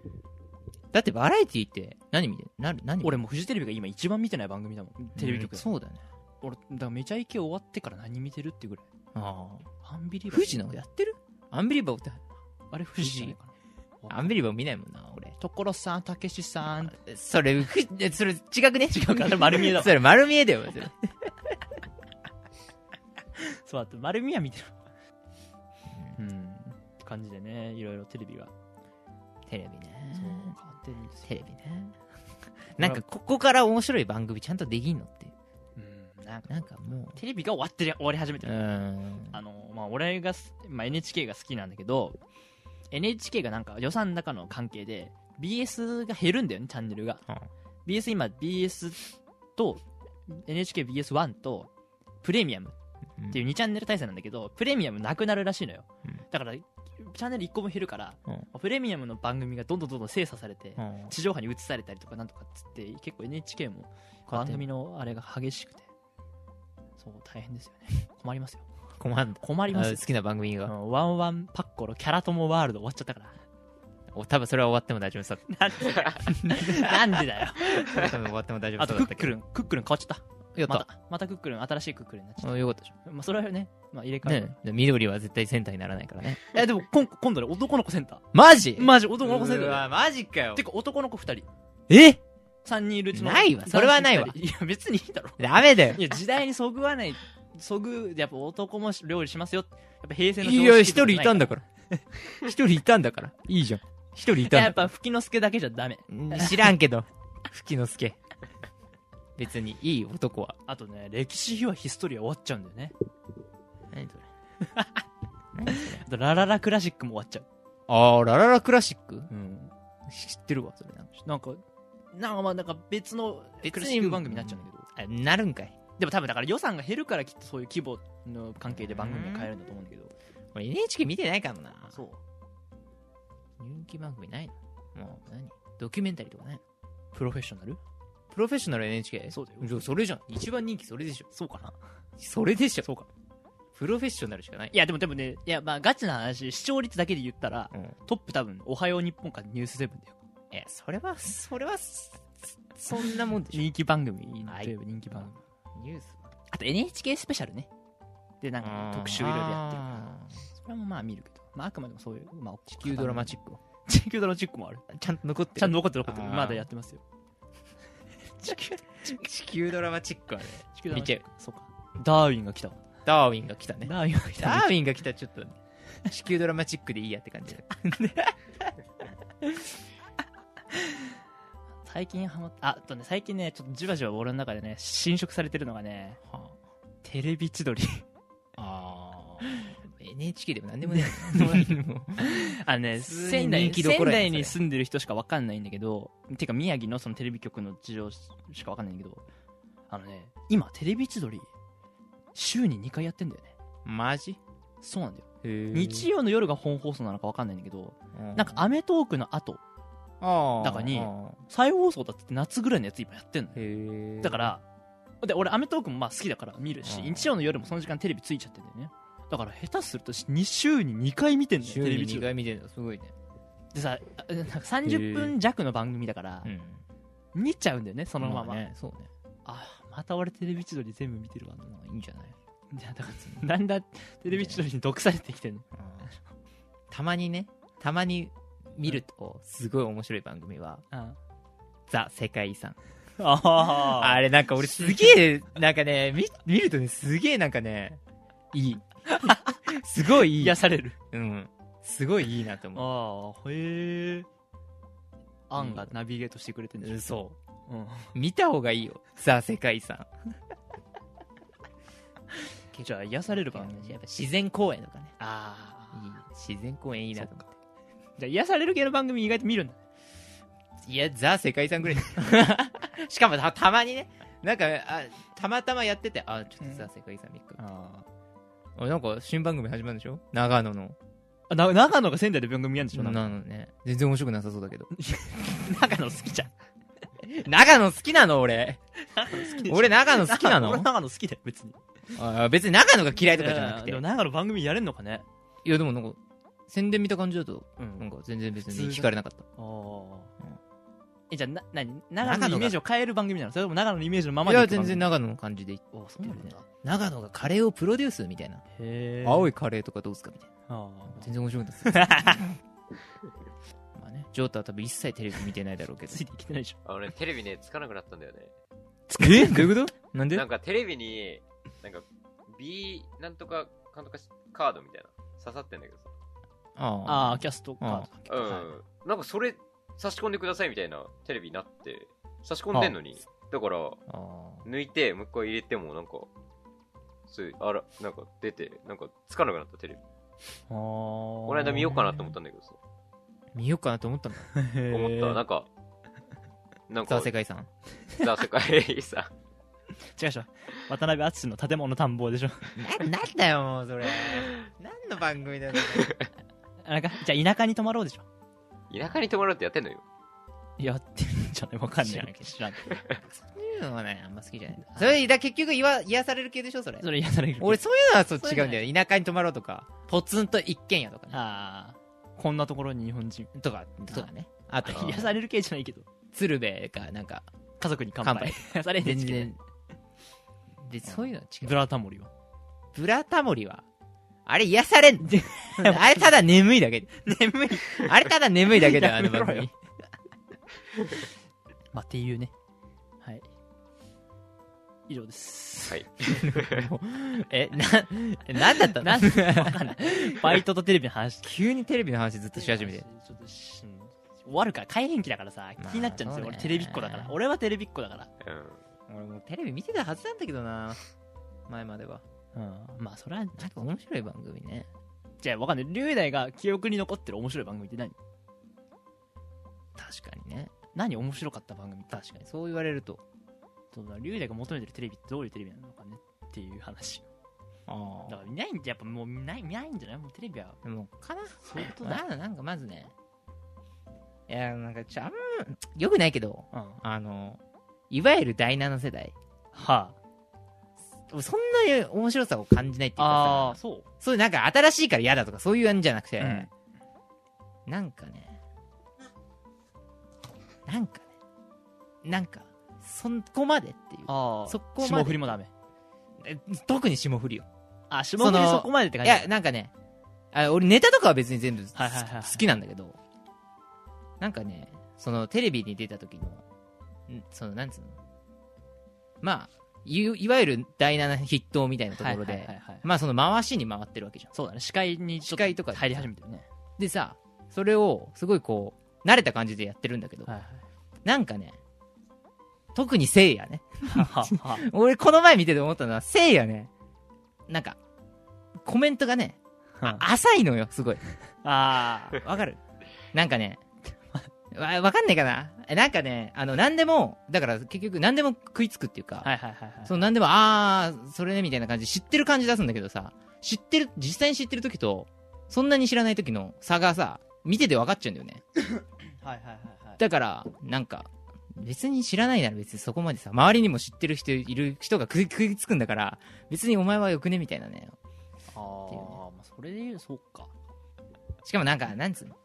[SPEAKER 4] だってバラエティって何見てる何何
[SPEAKER 2] 俺もうフジテレビが今一番見てない番組だもんテレビ局
[SPEAKER 4] う
[SPEAKER 2] だ、
[SPEAKER 4] んそうだね。
[SPEAKER 2] 俺だからめちゃイケ終わってから何見てるってぐらい
[SPEAKER 4] あ
[SPEAKER 2] アンビリ
[SPEAKER 4] あ。
[SPEAKER 2] バボ
[SPEAKER 4] 富
[SPEAKER 2] ー
[SPEAKER 4] 士のやってるアンビリバボーって、
[SPEAKER 2] あれ富士じゃないかな
[SPEAKER 4] アンビリバボー見ないもんな、俺。
[SPEAKER 2] 所さんたけしさん
[SPEAKER 4] それ、ふえそれ違くね
[SPEAKER 2] *laughs*
[SPEAKER 4] 違
[SPEAKER 2] うかそれ丸見えだわ
[SPEAKER 4] それ丸見えだよ、それ
[SPEAKER 2] そうだって丸見や見てるうんって感じでねいろいろテレビが
[SPEAKER 4] テレビ
[SPEAKER 2] そう変
[SPEAKER 4] ね。
[SPEAKER 2] わってるんですよ
[SPEAKER 4] テレビね。 *laughs* なんか、ここから面白い番組ちゃんとできんのっていう。
[SPEAKER 2] うんなんか
[SPEAKER 4] なんかも
[SPEAKER 2] テレビが終わってる終わり始めて
[SPEAKER 4] う。
[SPEAKER 2] る、
[SPEAKER 4] ん。
[SPEAKER 2] あのまあ俺がす、まあ、NHK が好きなんだけど NHK がなんか予算高の関係で BS が減るんだよねチャンネルが、
[SPEAKER 4] うん
[SPEAKER 2] BS 今 BS と NHKBS1 とプレミアムっていう2チャンネル体制なんだけどプレミアムなくなるらしいのよ、
[SPEAKER 4] うん
[SPEAKER 2] だからチャンネル1個も減るから、
[SPEAKER 4] うん
[SPEAKER 2] プレミアムの番組がどんどんどんどん精査されて、
[SPEAKER 4] うん
[SPEAKER 2] 地上波に移されたりとかなんとかっつって結構 NHK も番組のあれが激しくてそう大変ですよね *laughs* 困りますよ
[SPEAKER 4] 困る
[SPEAKER 2] 困りますよ
[SPEAKER 4] 好きな番組
[SPEAKER 2] う
[SPEAKER 4] が。
[SPEAKER 2] んワンワンパッコロキャラ友ワールド終わっちゃったから
[SPEAKER 4] お多分それは終わっても大丈夫そう。
[SPEAKER 2] *laughs* なんでだよ
[SPEAKER 4] 多分終わっても大丈夫
[SPEAKER 2] あ
[SPEAKER 4] そ
[SPEAKER 2] と
[SPEAKER 4] う
[SPEAKER 2] クック
[SPEAKER 4] だったけど。
[SPEAKER 2] ルンクックルン変わっちゃっ
[SPEAKER 4] や
[SPEAKER 2] た
[SPEAKER 4] っ
[SPEAKER 2] ま。
[SPEAKER 4] た
[SPEAKER 2] たまたクックルン新しいクックルンになっちゃっ
[SPEAKER 4] あよかったじ
[SPEAKER 2] た、まあ、それはね、まあ、入れ
[SPEAKER 4] ゃ
[SPEAKER 2] 替
[SPEAKER 4] ん。
[SPEAKER 2] え、
[SPEAKER 4] ね緑は絶対センターにならないからね。
[SPEAKER 2] えでも今今度ね男の子センター
[SPEAKER 4] マジ
[SPEAKER 2] マジ男の子センター
[SPEAKER 4] う
[SPEAKER 2] だよ
[SPEAKER 4] わマジかよ
[SPEAKER 2] て。か男の子2人
[SPEAKER 4] え
[SPEAKER 2] 3人いるうちの
[SPEAKER 4] ないわそれはないわ
[SPEAKER 2] 男子二人いや別にいいだろ
[SPEAKER 4] ダメだよ
[SPEAKER 2] い。や時代にそぐわないそぐやっぱ男も料理しますよやっぱ平成の
[SPEAKER 4] いや、一人いたん
[SPEAKER 2] だ
[SPEAKER 4] だから。 *laughs* 一人いたんだから。いいじゃん。一人いたん
[SPEAKER 2] や
[SPEAKER 4] だ
[SPEAKER 2] っ
[SPEAKER 4] か
[SPEAKER 2] ぱ吹之助だけじゃダメ
[SPEAKER 4] ら。知らんけど。 *laughs* 吹きの助。別にいい男は。
[SPEAKER 2] あとね歴史秘話ヒストリア終わっちゃうんだよね
[SPEAKER 4] 何それ。
[SPEAKER 2] あとラララクラシックも終わっちゃ
[SPEAKER 4] あー、ラララクラシック
[SPEAKER 2] ううん
[SPEAKER 4] 知ってるわ、それなんか。
[SPEAKER 2] なんかなんかまあなんか別のクラシック番組になっちゃうんだけど
[SPEAKER 4] あなるんかい。
[SPEAKER 2] でも多分だから予算が減るからきっとそういう規模の関係で番組を変えるんだと思うんだけど
[SPEAKER 4] 俺 NHK 見てないかもな。
[SPEAKER 2] そう
[SPEAKER 4] 人気番組ないのもう何ドキュメンタリーとかないの
[SPEAKER 2] プロフェッショナル
[SPEAKER 4] プロフェッショナル NHK?
[SPEAKER 2] そうだよ
[SPEAKER 4] じゃあそれじゃん。一番人気それでしょ。
[SPEAKER 2] そうかな
[SPEAKER 4] それでしょ。
[SPEAKER 2] そうか
[SPEAKER 4] プロフェッショナルしかない。
[SPEAKER 2] いやでもでもねいやまあガチな話視聴率だけで言ったら
[SPEAKER 4] うん。
[SPEAKER 2] トップ多分「おはよう日本」か「ニュースセブンだよ
[SPEAKER 4] いや、それは、それは、そそんなもんでしょ。
[SPEAKER 2] 人気番組
[SPEAKER 4] はい
[SPEAKER 2] といえば人気番組
[SPEAKER 4] ニュース
[SPEAKER 2] あと NHK スペシャルねでなんか特集いろいろやってるから
[SPEAKER 4] ってる
[SPEAKER 2] それもまあ見るけど、まあ、あくまでもそういう、まあ、地
[SPEAKER 4] 地球ドラマチックを。
[SPEAKER 2] 地球ドラマチックもある
[SPEAKER 4] ちゃんと残ってる。
[SPEAKER 2] ちゃんと残ってる残ってる
[SPEAKER 4] あー
[SPEAKER 2] まだやってますよ地球
[SPEAKER 4] 地球ドラマチックはね、
[SPEAKER 2] 地球ドラマ
[SPEAKER 4] 見ちゃう。
[SPEAKER 2] そうかダーウィンが来たわ
[SPEAKER 4] *laughs* ダーウィンが来たね。
[SPEAKER 2] ダーウィンが来
[SPEAKER 4] ダー
[SPEAKER 2] た
[SPEAKER 4] ウィンが来たらちょっと、地球ドラマチックでいいやって感じだ。
[SPEAKER 2] 最近ハマったああとね最近ねちょっとじわじわ俺の中でね侵食されてるのがねテレビ千鳥
[SPEAKER 4] ああ。NHK でも *laughs* 何でもねえ。もう
[SPEAKER 2] あのね
[SPEAKER 4] 普通に
[SPEAKER 2] 仙台
[SPEAKER 4] 人気どこ
[SPEAKER 2] 仙
[SPEAKER 4] ろや
[SPEAKER 2] 台に
[SPEAKER 4] そ
[SPEAKER 2] 住んでる人しかわかんないんだけどてか宮城のそのテレビ局の事情しかわかんないんだけどあのね今テレビ千鳥週に2回やってんだよね
[SPEAKER 4] マジ
[SPEAKER 2] そうなんだよ日
[SPEAKER 4] 日
[SPEAKER 2] 曜の夜が本放送なのかわかんないんだけど
[SPEAKER 4] 曜
[SPEAKER 2] なんか、アメトークの後
[SPEAKER 4] あー
[SPEAKER 2] だからに
[SPEAKER 4] あー
[SPEAKER 2] 再放送だって夏ぐらいのやつ今やってんのよ
[SPEAKER 4] へえ。
[SPEAKER 2] だか、らで俺アメトークもまあ好きだから見るし
[SPEAKER 4] うん
[SPEAKER 2] 日曜の夜もその時間テレビついちゃってんだよねだから下手すると2週に2回見てんだよ
[SPEAKER 4] 週
[SPEAKER 2] テレビ
[SPEAKER 4] に
[SPEAKER 2] 中
[SPEAKER 4] 2回見てるのすごいね。
[SPEAKER 2] でさあなんか30分弱の番組だから
[SPEAKER 4] ん。
[SPEAKER 2] 見ちゃうんだよねそのまま、あ
[SPEAKER 4] ね、そうね。
[SPEAKER 2] あまた俺テレビ千鳥全部見てるわ
[SPEAKER 4] まあいいんじゃない
[SPEAKER 2] いやだ *laughs* からだんだんテレビ千鳥に毒されてきてるの
[SPEAKER 4] たまにね、たまに見ると、すごい面白い番組は、
[SPEAKER 2] あ
[SPEAKER 4] ザ・世界遺産。
[SPEAKER 2] あ
[SPEAKER 4] あれなんか俺すげえ、なんかね、見、見るとね、すげえなんかね、いい。 *laughs* すごいいい。
[SPEAKER 2] 癒される
[SPEAKER 4] うん。すごいいいなと思
[SPEAKER 2] ああへえアンがナビゲートしてくれてるんで
[SPEAKER 4] う。
[SPEAKER 2] しょ、う
[SPEAKER 4] そ
[SPEAKER 2] ん、
[SPEAKER 4] う。見た方がいいよ。ザ・世界遺産。
[SPEAKER 2] じゃあ癒される番組
[SPEAKER 4] やっぱ自然公園とかね。
[SPEAKER 2] ああ
[SPEAKER 4] いい。自然公園いいなと思って。
[SPEAKER 2] じゃあ癒される系の番組意外と見るんだ
[SPEAKER 4] いや、ザ・世界遺産ぐらい。 *laughs* しかもたたまにね、なんかあ、たまたまやってて、あ、ちょっとザ・世界遺産見っか。
[SPEAKER 2] あ
[SPEAKER 4] あなんか新番組始まるんでしょ長野の。
[SPEAKER 2] な長野が仙台で番組やるんでしょ
[SPEAKER 4] 長
[SPEAKER 2] 長
[SPEAKER 4] 野ね。全然面白くなさそうだけど。
[SPEAKER 2] *laughs* 野好きじゃん
[SPEAKER 4] *laughs* 長野好きなの俺。
[SPEAKER 2] 長野好きでしょ
[SPEAKER 4] 俺長 *laughs* 野好きなの *laughs*
[SPEAKER 2] 俺長野好きだよ別に
[SPEAKER 4] あ別に長野が嫌いとかじゃなく *laughs* て。
[SPEAKER 2] でも長野番組やれんのかね
[SPEAKER 4] いやでもなんか、宣伝見た感じだと、
[SPEAKER 2] う
[SPEAKER 4] なん
[SPEAKER 2] ん
[SPEAKER 4] か全然別
[SPEAKER 2] 普通
[SPEAKER 4] に
[SPEAKER 2] だ
[SPEAKER 4] 惹かれなかった。
[SPEAKER 2] ああ
[SPEAKER 4] うん
[SPEAKER 2] えじゃあな何長野のイメージを変える番組なのそれとも長野のイメージのまま
[SPEAKER 4] い
[SPEAKER 2] で
[SPEAKER 4] や
[SPEAKER 2] って番
[SPEAKER 4] 全
[SPEAKER 2] 組
[SPEAKER 4] 然長野の感じで言っ
[SPEAKER 2] おそう
[SPEAKER 4] て
[SPEAKER 2] な
[SPEAKER 4] る
[SPEAKER 2] ん
[SPEAKER 4] ね
[SPEAKER 2] だ。
[SPEAKER 4] 長野がカレーをプロデュースみたいな。
[SPEAKER 2] へえ
[SPEAKER 4] 青
[SPEAKER 2] い
[SPEAKER 4] いカレーとかどうすかみたいな。
[SPEAKER 2] ああ
[SPEAKER 4] 全然面白かった *laughs* です。まあね、ジョータは多分一切テレビ見てないだろうけど
[SPEAKER 2] つ。いてきてないで *laughs* しょ
[SPEAKER 3] あのね、テレビね、つかなくなったんだよね。
[SPEAKER 4] えどういうこと *laughs* なんで
[SPEAKER 3] なんかテレビに、なんか、B、なんとか、なんとかカードみたいな、刺さってんだけどさ。
[SPEAKER 2] あ
[SPEAKER 4] あ
[SPEAKER 2] *laughs* あキャストか
[SPEAKER 3] うん。
[SPEAKER 2] は
[SPEAKER 3] なんかそれ、差し込んでくださいみたいなテレビになって、差し込んでんのに。だから、
[SPEAKER 4] あ。ああ。
[SPEAKER 3] 抜いて、もう一回入れても、なんか、そういう、あら、なんか出て、なんかつかなくなったテレビ。こ
[SPEAKER 2] こ
[SPEAKER 3] の間見ようかなと思ったんだけどさ。
[SPEAKER 4] 見ようかなと思ったんだ。
[SPEAKER 3] 思った。なん
[SPEAKER 2] な
[SPEAKER 4] *laughs*
[SPEAKER 3] か、なん
[SPEAKER 4] ザ・
[SPEAKER 3] か、
[SPEAKER 4] 世界遺産。
[SPEAKER 3] ザ・世界遺産。
[SPEAKER 2] 違うでしょ渡辺篤の建物探訪でしょ
[SPEAKER 4] な、なんだよ、もうそれ。何の番組だよ。
[SPEAKER 2] なんかじゃあ田舎に泊まろうでしょ
[SPEAKER 3] 田舎に泊まるってやってんのよ。
[SPEAKER 2] やってるんじゃないわかんない
[SPEAKER 4] 知らんけど
[SPEAKER 2] 知らんけど
[SPEAKER 4] *laughs* そういうのはね、あんま好きじゃない。それ、だ結局癒、癒される系でしょ、それ。
[SPEAKER 2] それ癒される
[SPEAKER 4] 俺、そういうのはそう違うんだよ。田舎に泊まろうとか、ポツンと一軒家とかね。
[SPEAKER 2] ああこんなところに日本人
[SPEAKER 4] とか、とかね。あと、
[SPEAKER 2] 癒される系じゃないけど
[SPEAKER 4] 鶴瓶が、なんか、
[SPEAKER 2] 家族に乾 *laughs* 杯それ
[SPEAKER 4] *laughs* 全
[SPEAKER 2] NHK ね
[SPEAKER 4] 然。で、そういうのは違う
[SPEAKER 2] ブ。ラタモリは
[SPEAKER 4] ブラタモリは、あれ癒されん。 *laughs* あれただ眠いだけ。
[SPEAKER 2] 眠い
[SPEAKER 4] あれただ眠いだけだよ、 *laughs*
[SPEAKER 2] や
[SPEAKER 4] あ
[SPEAKER 2] め
[SPEAKER 4] の
[SPEAKER 2] ろよ
[SPEAKER 4] 番組。
[SPEAKER 2] まあっていうねはい以上です
[SPEAKER 3] はい。
[SPEAKER 4] え、な、なんだっ
[SPEAKER 2] *laughs*
[SPEAKER 4] た
[SPEAKER 2] な
[SPEAKER 4] の
[SPEAKER 2] んでわ *laughs* かんないバイトとテレビの話
[SPEAKER 4] 急にテレビの話ずっとし始めて。
[SPEAKER 2] ちょっとしうん終わるから改変期だからさ
[SPEAKER 4] まあ
[SPEAKER 2] 気になっちゃうんですよ
[SPEAKER 4] そうね
[SPEAKER 2] 俺テレビっ子だから俺はテレビっ子だから
[SPEAKER 3] うん。
[SPEAKER 4] 俺もうテレビ見てたはずなんだけどな。前までは。
[SPEAKER 2] うんまあそれは
[SPEAKER 4] なんか面白い番組ね。
[SPEAKER 2] じゃあわかんない龍大が記憶に残ってる面白い番組って何
[SPEAKER 4] 確かにね。
[SPEAKER 2] 何面白かった番組
[SPEAKER 4] 確かに。そう言われると。
[SPEAKER 2] そうだ龍大が求めてるテレビってどういうテレビなのかねっていう話
[SPEAKER 4] あ
[SPEAKER 2] だから見ないんじゃやっぱもう見ない見ないんじゃないもうテレビは
[SPEAKER 4] でも、かな。
[SPEAKER 2] 相当だ
[SPEAKER 4] まだなんかまずね。いや、なんかちょ、あん、よくないけど、
[SPEAKER 2] うん
[SPEAKER 4] あの、いわゆる第7世代
[SPEAKER 2] は
[SPEAKER 4] そんなに面白さを感じないっていう
[SPEAKER 2] あ。
[SPEAKER 4] か
[SPEAKER 2] あ
[SPEAKER 4] さ
[SPEAKER 2] そ
[SPEAKER 4] そういうなんか新しいから嫌だとかそういうんじゃなくて、
[SPEAKER 2] うん
[SPEAKER 4] なんかねなんかねなんかそこまでっていう
[SPEAKER 2] ああ。
[SPEAKER 4] そこまで
[SPEAKER 2] 霜降りもダメ。
[SPEAKER 4] え特に霜降りよ
[SPEAKER 2] あ、霜降り
[SPEAKER 4] その
[SPEAKER 2] そこまでって感
[SPEAKER 4] い
[SPEAKER 2] じ。
[SPEAKER 4] や、なんかね、あ俺ネタとかは別に全部す、
[SPEAKER 2] はいはいはい
[SPEAKER 4] 好きなんだけど、なんかね、そのテレビに出た時の、んその、なんつうの、まあ、いいわゆる第7筆頭みたいなとこ
[SPEAKER 2] は
[SPEAKER 4] ろ
[SPEAKER 2] いはい
[SPEAKER 4] で、
[SPEAKER 2] はいはい
[SPEAKER 4] まあその回しに回ってるわけじゃん。
[SPEAKER 2] そうだね。司会にちょっ
[SPEAKER 4] 司
[SPEAKER 2] と
[SPEAKER 4] 会とかで
[SPEAKER 2] 入り始めてるね。
[SPEAKER 4] でさ、それをすごいこう、慣れた感じでやってるんだけど、
[SPEAKER 2] はい
[SPEAKER 4] なんかね、特にせいやね。 *laughs*
[SPEAKER 2] はい。は
[SPEAKER 4] 俺この前見てて思ったのは、せいやね、なんか、コメントがね、
[SPEAKER 2] は
[SPEAKER 4] 浅いのよ、すごい。
[SPEAKER 2] *laughs* ああ。
[SPEAKER 4] *laughs* わかるなんかね、わわかんないかなえなんかね、あの、何でも、だから結局何でも食いつくっていうか、
[SPEAKER 2] はいはいはいはい。
[SPEAKER 4] その何でも、あー、それね、みたいな感じで知ってる感じ出すんだけどさ、知ってる、実際に知ってる時と、そんなに知らない時の差がさ、見てて分かっちゃうんだよね。
[SPEAKER 2] はいはいはいはい。
[SPEAKER 4] だから、なんか、別に知らないなら別にそこまでさ、周りにも知ってる人いる人が食い食いつくんだから、別にお前はよくねみたいなね。
[SPEAKER 2] ああ、まあそれで言う、そっか。
[SPEAKER 4] しかもなんか、なんつうの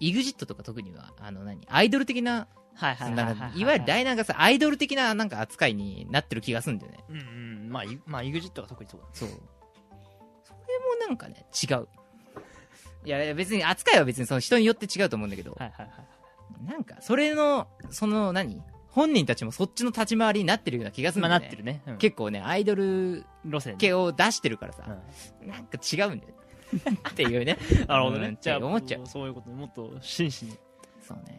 [SPEAKER 4] ?EXIT とか特には、あの何、アイドル的な
[SPEAKER 2] はい
[SPEAKER 4] そ
[SPEAKER 2] は
[SPEAKER 4] の
[SPEAKER 2] い
[SPEAKER 4] な
[SPEAKER 2] は
[SPEAKER 4] ん
[SPEAKER 2] いは
[SPEAKER 4] か
[SPEAKER 2] い。
[SPEAKER 4] いわゆる第7がさアイドル的ななんか扱いになってる気がするんだよね
[SPEAKER 2] うんうん。まあ、いまあ、EXIT が特にそうだね。
[SPEAKER 4] そうそれもなんかね違ういやいや別に扱いは別にその人によって違うと思うんだけど、
[SPEAKER 2] はいはいはい。
[SPEAKER 4] なんかそれのその何本人たちもそっちの立ち回りになってるような気がするん
[SPEAKER 2] まあ
[SPEAKER 4] だ
[SPEAKER 2] な
[SPEAKER 4] よ
[SPEAKER 2] って
[SPEAKER 4] ね、
[SPEAKER 2] るね。うん
[SPEAKER 4] 結構ねアイドル
[SPEAKER 2] 路線ね。
[SPEAKER 4] 系を出してるから
[SPEAKER 2] う
[SPEAKER 4] さ、
[SPEAKER 2] ん
[SPEAKER 4] なんか違うんだよ
[SPEAKER 2] *laughs*
[SPEAKER 4] ねっていうね
[SPEAKER 2] なるほど
[SPEAKER 4] うん
[SPEAKER 2] ね
[SPEAKER 4] っ。
[SPEAKER 2] じ
[SPEAKER 4] て
[SPEAKER 2] ゃあ、
[SPEAKER 4] 思っちゃう
[SPEAKER 2] そういうことねもっと真摯に。
[SPEAKER 4] そうね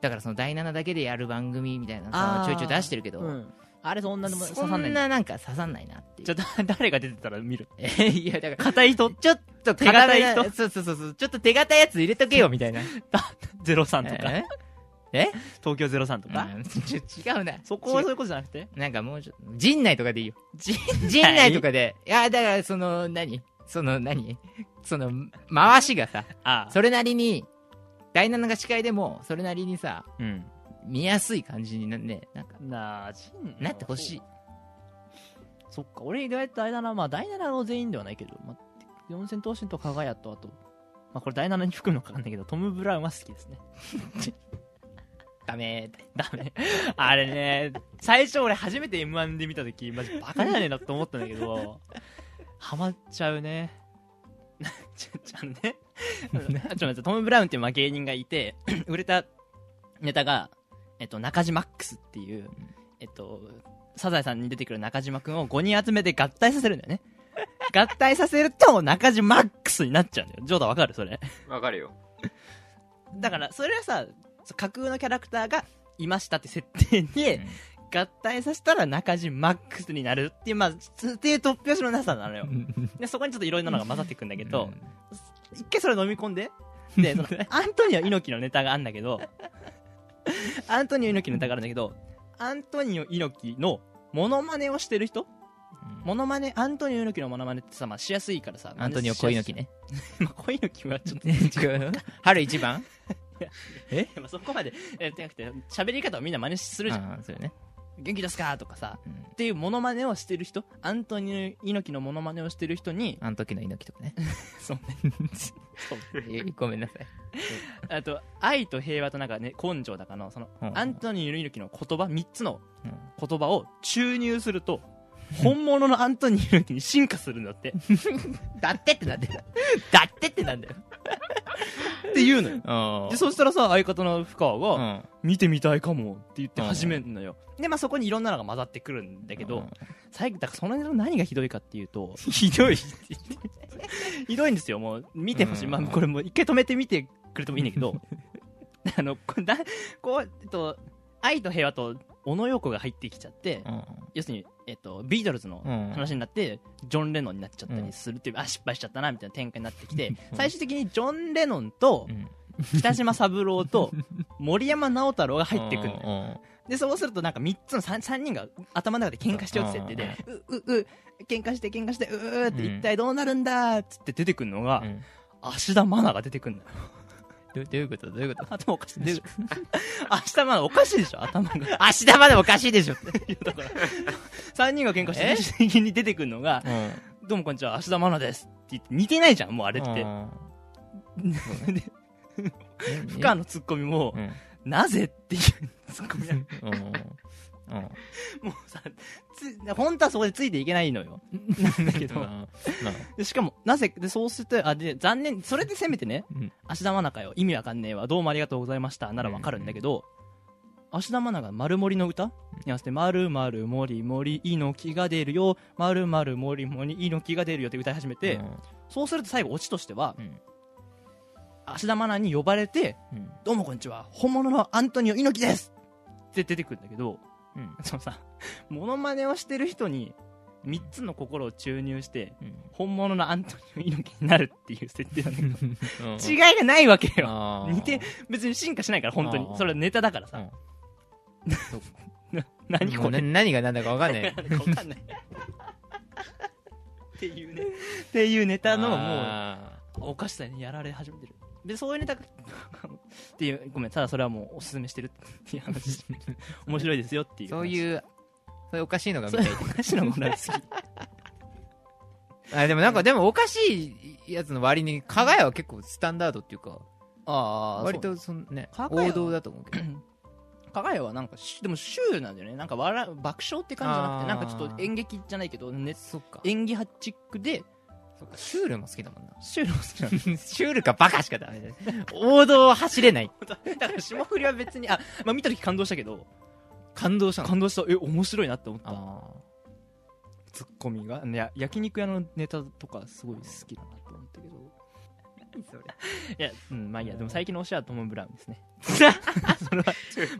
[SPEAKER 4] だからその第7だけでやる番組みたいなの
[SPEAKER 2] あ
[SPEAKER 4] さ
[SPEAKER 2] ー
[SPEAKER 4] ちょいちょい出してるけど、
[SPEAKER 2] うん。あれそんなでも刺さ
[SPEAKER 4] そ
[SPEAKER 2] んない
[SPEAKER 4] ん
[SPEAKER 2] んだ。
[SPEAKER 4] ななんか刺さんないなっていう
[SPEAKER 2] じゃあ、だ誰が出てたら見る。
[SPEAKER 4] え *laughs* いや、だから、
[SPEAKER 2] 硬い人、
[SPEAKER 4] ちょっと手
[SPEAKER 2] 堅
[SPEAKER 4] 堅
[SPEAKER 2] い
[SPEAKER 4] い
[SPEAKER 2] 人
[SPEAKER 4] *laughs* そうそうそうそう、ちょっと手堅いやつ入れとけよ、みたいな。
[SPEAKER 2] 03とか、
[SPEAKER 4] ええ
[SPEAKER 2] 東京03とか。
[SPEAKER 4] うん *laughs* ちょ違うな。
[SPEAKER 2] そこは
[SPEAKER 4] 違
[SPEAKER 2] そう
[SPEAKER 4] う
[SPEAKER 2] いうことじゃなくて
[SPEAKER 4] なんかもうちょっと、陣内とかでいいよ。
[SPEAKER 2] 陣
[SPEAKER 4] 陣内とかで、いや、だから、その、何その、何その、回しが *laughs* さ、
[SPEAKER 2] あ
[SPEAKER 4] それなりに、第7が司会でも、それなりにさ、
[SPEAKER 2] うん。
[SPEAKER 4] 見やすい感じになね、なんか、
[SPEAKER 2] なあ、陣
[SPEAKER 4] なってほしい。。
[SPEAKER 2] そっか、俺意外とあれだな、まあ、第7の全員ではないけど、まあ、四千頭身と加賀谷と、あと、まあ、これ第7に含むのかわかんないけど、トム・ブラウンは好きですね。
[SPEAKER 4] ダメ。
[SPEAKER 2] ダメ。あれね、最初俺初めて M1 で見たとき、マジバカじゃねえなと思ったんだけど、ハマっちゃうね。ちょ、ちょ、あのね。あのちょっと待って、トム・ブラウンっていうまあ芸人がいて、売れたネタが、えっと、中島マックスっていう、えっと、サザエさんに出てくる中島くんを5人集めて合体させるんだよね。 *laughs* 合体させると中島マックスになっちゃうんだよ。ジョーダンわかるそれ。
[SPEAKER 3] わかるよ。
[SPEAKER 2] だからそれはさ架空のキャラクターがいましたって設定に合体させたら中島マックスになるっていうまあっていう突拍子のなさなのよでそこにちょっといろいろなのが混ざってくんだけど、一回それ飲み込んででそのアントニオ猪木のネタがあるんだけどアントニオ猪木のネタがあるんだけどアントニオ猪木のモノマネをしてる人
[SPEAKER 4] も
[SPEAKER 2] モノマネアントニオ猪木のモノマネってさ、まあ、しやすいからさ
[SPEAKER 4] アントニオ小猪木ね。
[SPEAKER 2] *laughs* まあ小猪木は
[SPEAKER 4] *laughs*
[SPEAKER 2] ちょっと
[SPEAKER 4] 違う春一番
[SPEAKER 2] *laughs* まあそこまでやってなくて喋り方をみんな真似するじゃん、
[SPEAKER 4] うん、それね。
[SPEAKER 2] 元気ですかとかさ
[SPEAKER 4] うん
[SPEAKER 2] っていうモノマネをしてる人アントニオ猪木のモノマネをしてる人に
[SPEAKER 4] あの時の猪木とか *laughs* ね。
[SPEAKER 2] そうねそう
[SPEAKER 4] ごめんな *laughs* さい。
[SPEAKER 2] あと愛と平和となんかね根性だかのその、
[SPEAKER 4] うん
[SPEAKER 2] アントニオ猪木の言葉3つの
[SPEAKER 4] うん
[SPEAKER 2] 言葉を注入すると本物のアントニオ猪木に進化するんだって
[SPEAKER 4] *laughs* だってってなんだよ。だってってなんだ *laughs* よ。
[SPEAKER 2] っていうのよ
[SPEAKER 4] うん
[SPEAKER 2] でそしたらさ相方の深川
[SPEAKER 4] う
[SPEAKER 2] が、
[SPEAKER 4] ん。
[SPEAKER 2] 見てみたいかもって言って始めるのよ、でまあそこにいろんなのが混ざってくるんだけど、最後だからその辺の何がひどいかっていうとひどい *laughs* ひどいんですよもう見てほしい、
[SPEAKER 4] うん
[SPEAKER 2] まあ、これもう一回止めてみてくれてもいいんだけ *laughs* どあのこうだこう、えっと、愛と平和と小野洋子が入ってきちゃって、
[SPEAKER 4] うん。
[SPEAKER 2] 要するに、えっと、ビートルズの
[SPEAKER 4] うん
[SPEAKER 2] 話になって、ジョン・レノンになっちゃったりするっていう、あ失敗しちゃったなみたいな展開になってきて、最終的にジョン・レノンと
[SPEAKER 4] うん
[SPEAKER 2] 北島三郎と森山直太朗が入ってくるのよ
[SPEAKER 4] うん
[SPEAKER 2] でそうするとなんか3つの 3, 人が頭の中で喧嘩しておく設定でううう喧嘩して喧嘩してうううって
[SPEAKER 4] うん
[SPEAKER 2] 一体どうなるんだっつって出てくるのが
[SPEAKER 4] うん
[SPEAKER 2] *laughs* 芦田愛菜が出てくるのよ
[SPEAKER 4] どどういうことどういうこと
[SPEAKER 2] 頭おかしい *laughs* でしょ明日まだおかしいでしょ *laughs* 頭が
[SPEAKER 4] 明日までおかしい
[SPEAKER 2] *laughs*
[SPEAKER 4] でしょって。
[SPEAKER 2] 3人が喧嘩して
[SPEAKER 4] え
[SPEAKER 2] 最終的に出てくるのが
[SPEAKER 4] うん。
[SPEAKER 2] 「どうもこんにちは芦田愛菜です」って言って似てないじゃんもうあれってで
[SPEAKER 4] 不
[SPEAKER 2] 不可のツッコミも
[SPEAKER 4] うん。
[SPEAKER 2] 「なぜ?」っていうツッコミ *laughs* なの
[SPEAKER 4] うん。うん。
[SPEAKER 2] もうさつ本当はそこでついていけないのよなんだけどでしかもなぜでそうするとあで残念それでせめてね
[SPEAKER 4] うん
[SPEAKER 2] 「芦田愛菜かよ意味わかんねえわどうもありがとうございました」ならわかるんだけど芦田愛菜が「丸森の歌」に合わせて「丸丸森森猪木が出るよ丸丸森森猪木が出るよ」って歌い始めて、そうすると最後オチとしては
[SPEAKER 4] うん
[SPEAKER 2] 芦田愛菜に呼ばれて
[SPEAKER 4] うん。
[SPEAKER 2] 「どうもこんにちは本物のアントニオ猪木です!」って出てくるんだけど
[SPEAKER 4] うん。
[SPEAKER 2] そのさモノマネをしてる人に3つの心を注入して本物のアントニオ猪木になるっていう設定なんだけど
[SPEAKER 4] うん。
[SPEAKER 2] 違いがないわけよ
[SPEAKER 4] あー
[SPEAKER 2] 似て別に進化しないから本当に
[SPEAKER 4] あー
[SPEAKER 2] それはネタだから
[SPEAKER 4] う
[SPEAKER 2] さ
[SPEAKER 4] ん
[SPEAKER 2] 何
[SPEAKER 4] も
[SPEAKER 2] こ
[SPEAKER 4] う
[SPEAKER 2] れ
[SPEAKER 4] な何が何だか分かんない。
[SPEAKER 2] 何か分かんないっていうねっていうネタのも
[SPEAKER 4] あ
[SPEAKER 2] うおかしさにやられ始めてるでそういうネタがっていうごめんただそれはもうおすすめしてるっていう話面白いですよっていう
[SPEAKER 4] ーそう
[SPEAKER 2] う
[SPEAKER 4] いう、そういうおかしいのが見
[SPEAKER 2] そう
[SPEAKER 4] た
[SPEAKER 2] い
[SPEAKER 4] いう
[SPEAKER 2] おかしなものが好き
[SPEAKER 4] あでもなんか、でもおかしいやつの割に、加賀屋は結構スタンダードっていうか、
[SPEAKER 2] あ
[SPEAKER 4] 割とそのね、
[SPEAKER 2] 加賀屋は
[SPEAKER 4] 王道だと思う *clears throat* けど。
[SPEAKER 2] 加賀谷はなんかしでもシュールなんだよねなんか笑う爆笑って感じじゃなくてなん
[SPEAKER 4] あー
[SPEAKER 2] かちょっと演劇じゃないけど、ね、
[SPEAKER 4] そっか。
[SPEAKER 2] 演技派チックで
[SPEAKER 4] そっか、シュールも好きだもんな。
[SPEAKER 2] シュールも好きなの
[SPEAKER 4] *laughs* シュールかバカしかダメだよ。王道を走れない。
[SPEAKER 2] *laughs* だから霜降りは別にあ、まあ、見た時感動したけど
[SPEAKER 4] 感動したの。
[SPEAKER 2] 感動したえ面白いなって思った
[SPEAKER 4] ああ。
[SPEAKER 2] ツッコミがいや焼肉屋のネタとかすごい好きだなと思ったけどいや、うん、まあいいやでも最近の推しはトム・ブラウンです *laughs* ねそれは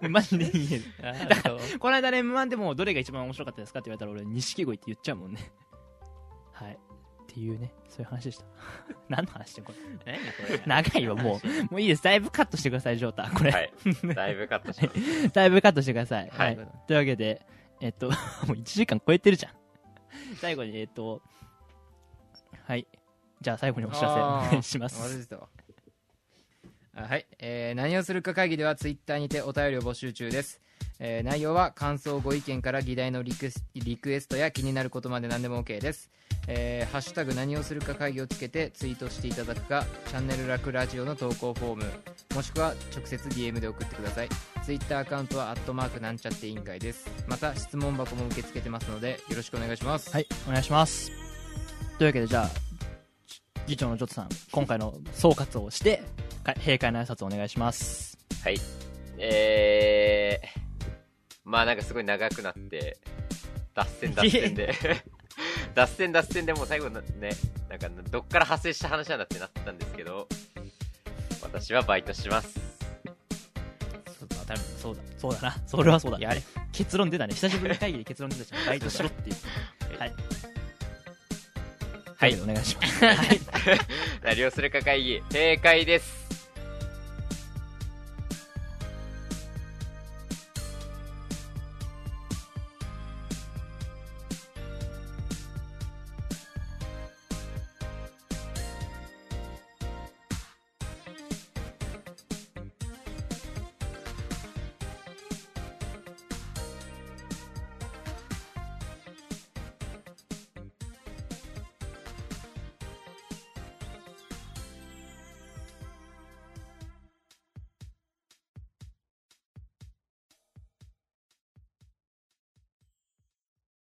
[SPEAKER 2] もうマジで言える
[SPEAKER 4] だ *laughs* から
[SPEAKER 2] この間ね m 1でもどれが一番面白かったですかって言われたら俺錦鯉って言っちゃうもんねはいっていうねそういう話でした *laughs* 何の話してんこれ
[SPEAKER 4] 何これ
[SPEAKER 2] 長いわもうもういいですだいぶカットしてくださいジョータこれ、
[SPEAKER 3] はい。だいぶカットします。
[SPEAKER 2] だいぶカットしてください、
[SPEAKER 3] はい
[SPEAKER 2] はい、というわけでえっと *laughs* もう1時間超えてるじゃん *laughs* 最後にえっとはいじゃあ最後にお知らせお
[SPEAKER 4] あー
[SPEAKER 2] 願いしま
[SPEAKER 4] 忘
[SPEAKER 2] す
[SPEAKER 4] れてたわあはい、えー何をするか会議ではツイッターにてお便りを募集中です、えー内容は感想ご意見から議題のリクスリクエストや気になることまで何でも OK です、えーハッシュタグ何をするか会議をつけてツイートしていただくかチャンネル楽ラジオの投稿フォームもしくは直接 DM で送ってくださいツイッターアカウントはアットマークなんちゃって委員会ですまた質問箱も受け付けてますのでよろしくお願いします
[SPEAKER 2] はいお願いしますというわけでじゃあ議長のジョットさん今回の総括をしてか閉会の挨拶をお願いします
[SPEAKER 3] はい。えー、まあなんかすごい長くなって、脱線脱線で。 *laughs* 脱線脱線でもう最後のね、なんかどっから派生した話なんだってなったんですけど、私はバイトします。
[SPEAKER 2] そうだ多分そうだそうだなそれはそうだ
[SPEAKER 4] やれ
[SPEAKER 2] 結論出たね久しぶりに会議で結論出たじゃんバイトしろっていう *laughs* はいはいお願いしますはい
[SPEAKER 3] 何をするか会議、閉会です。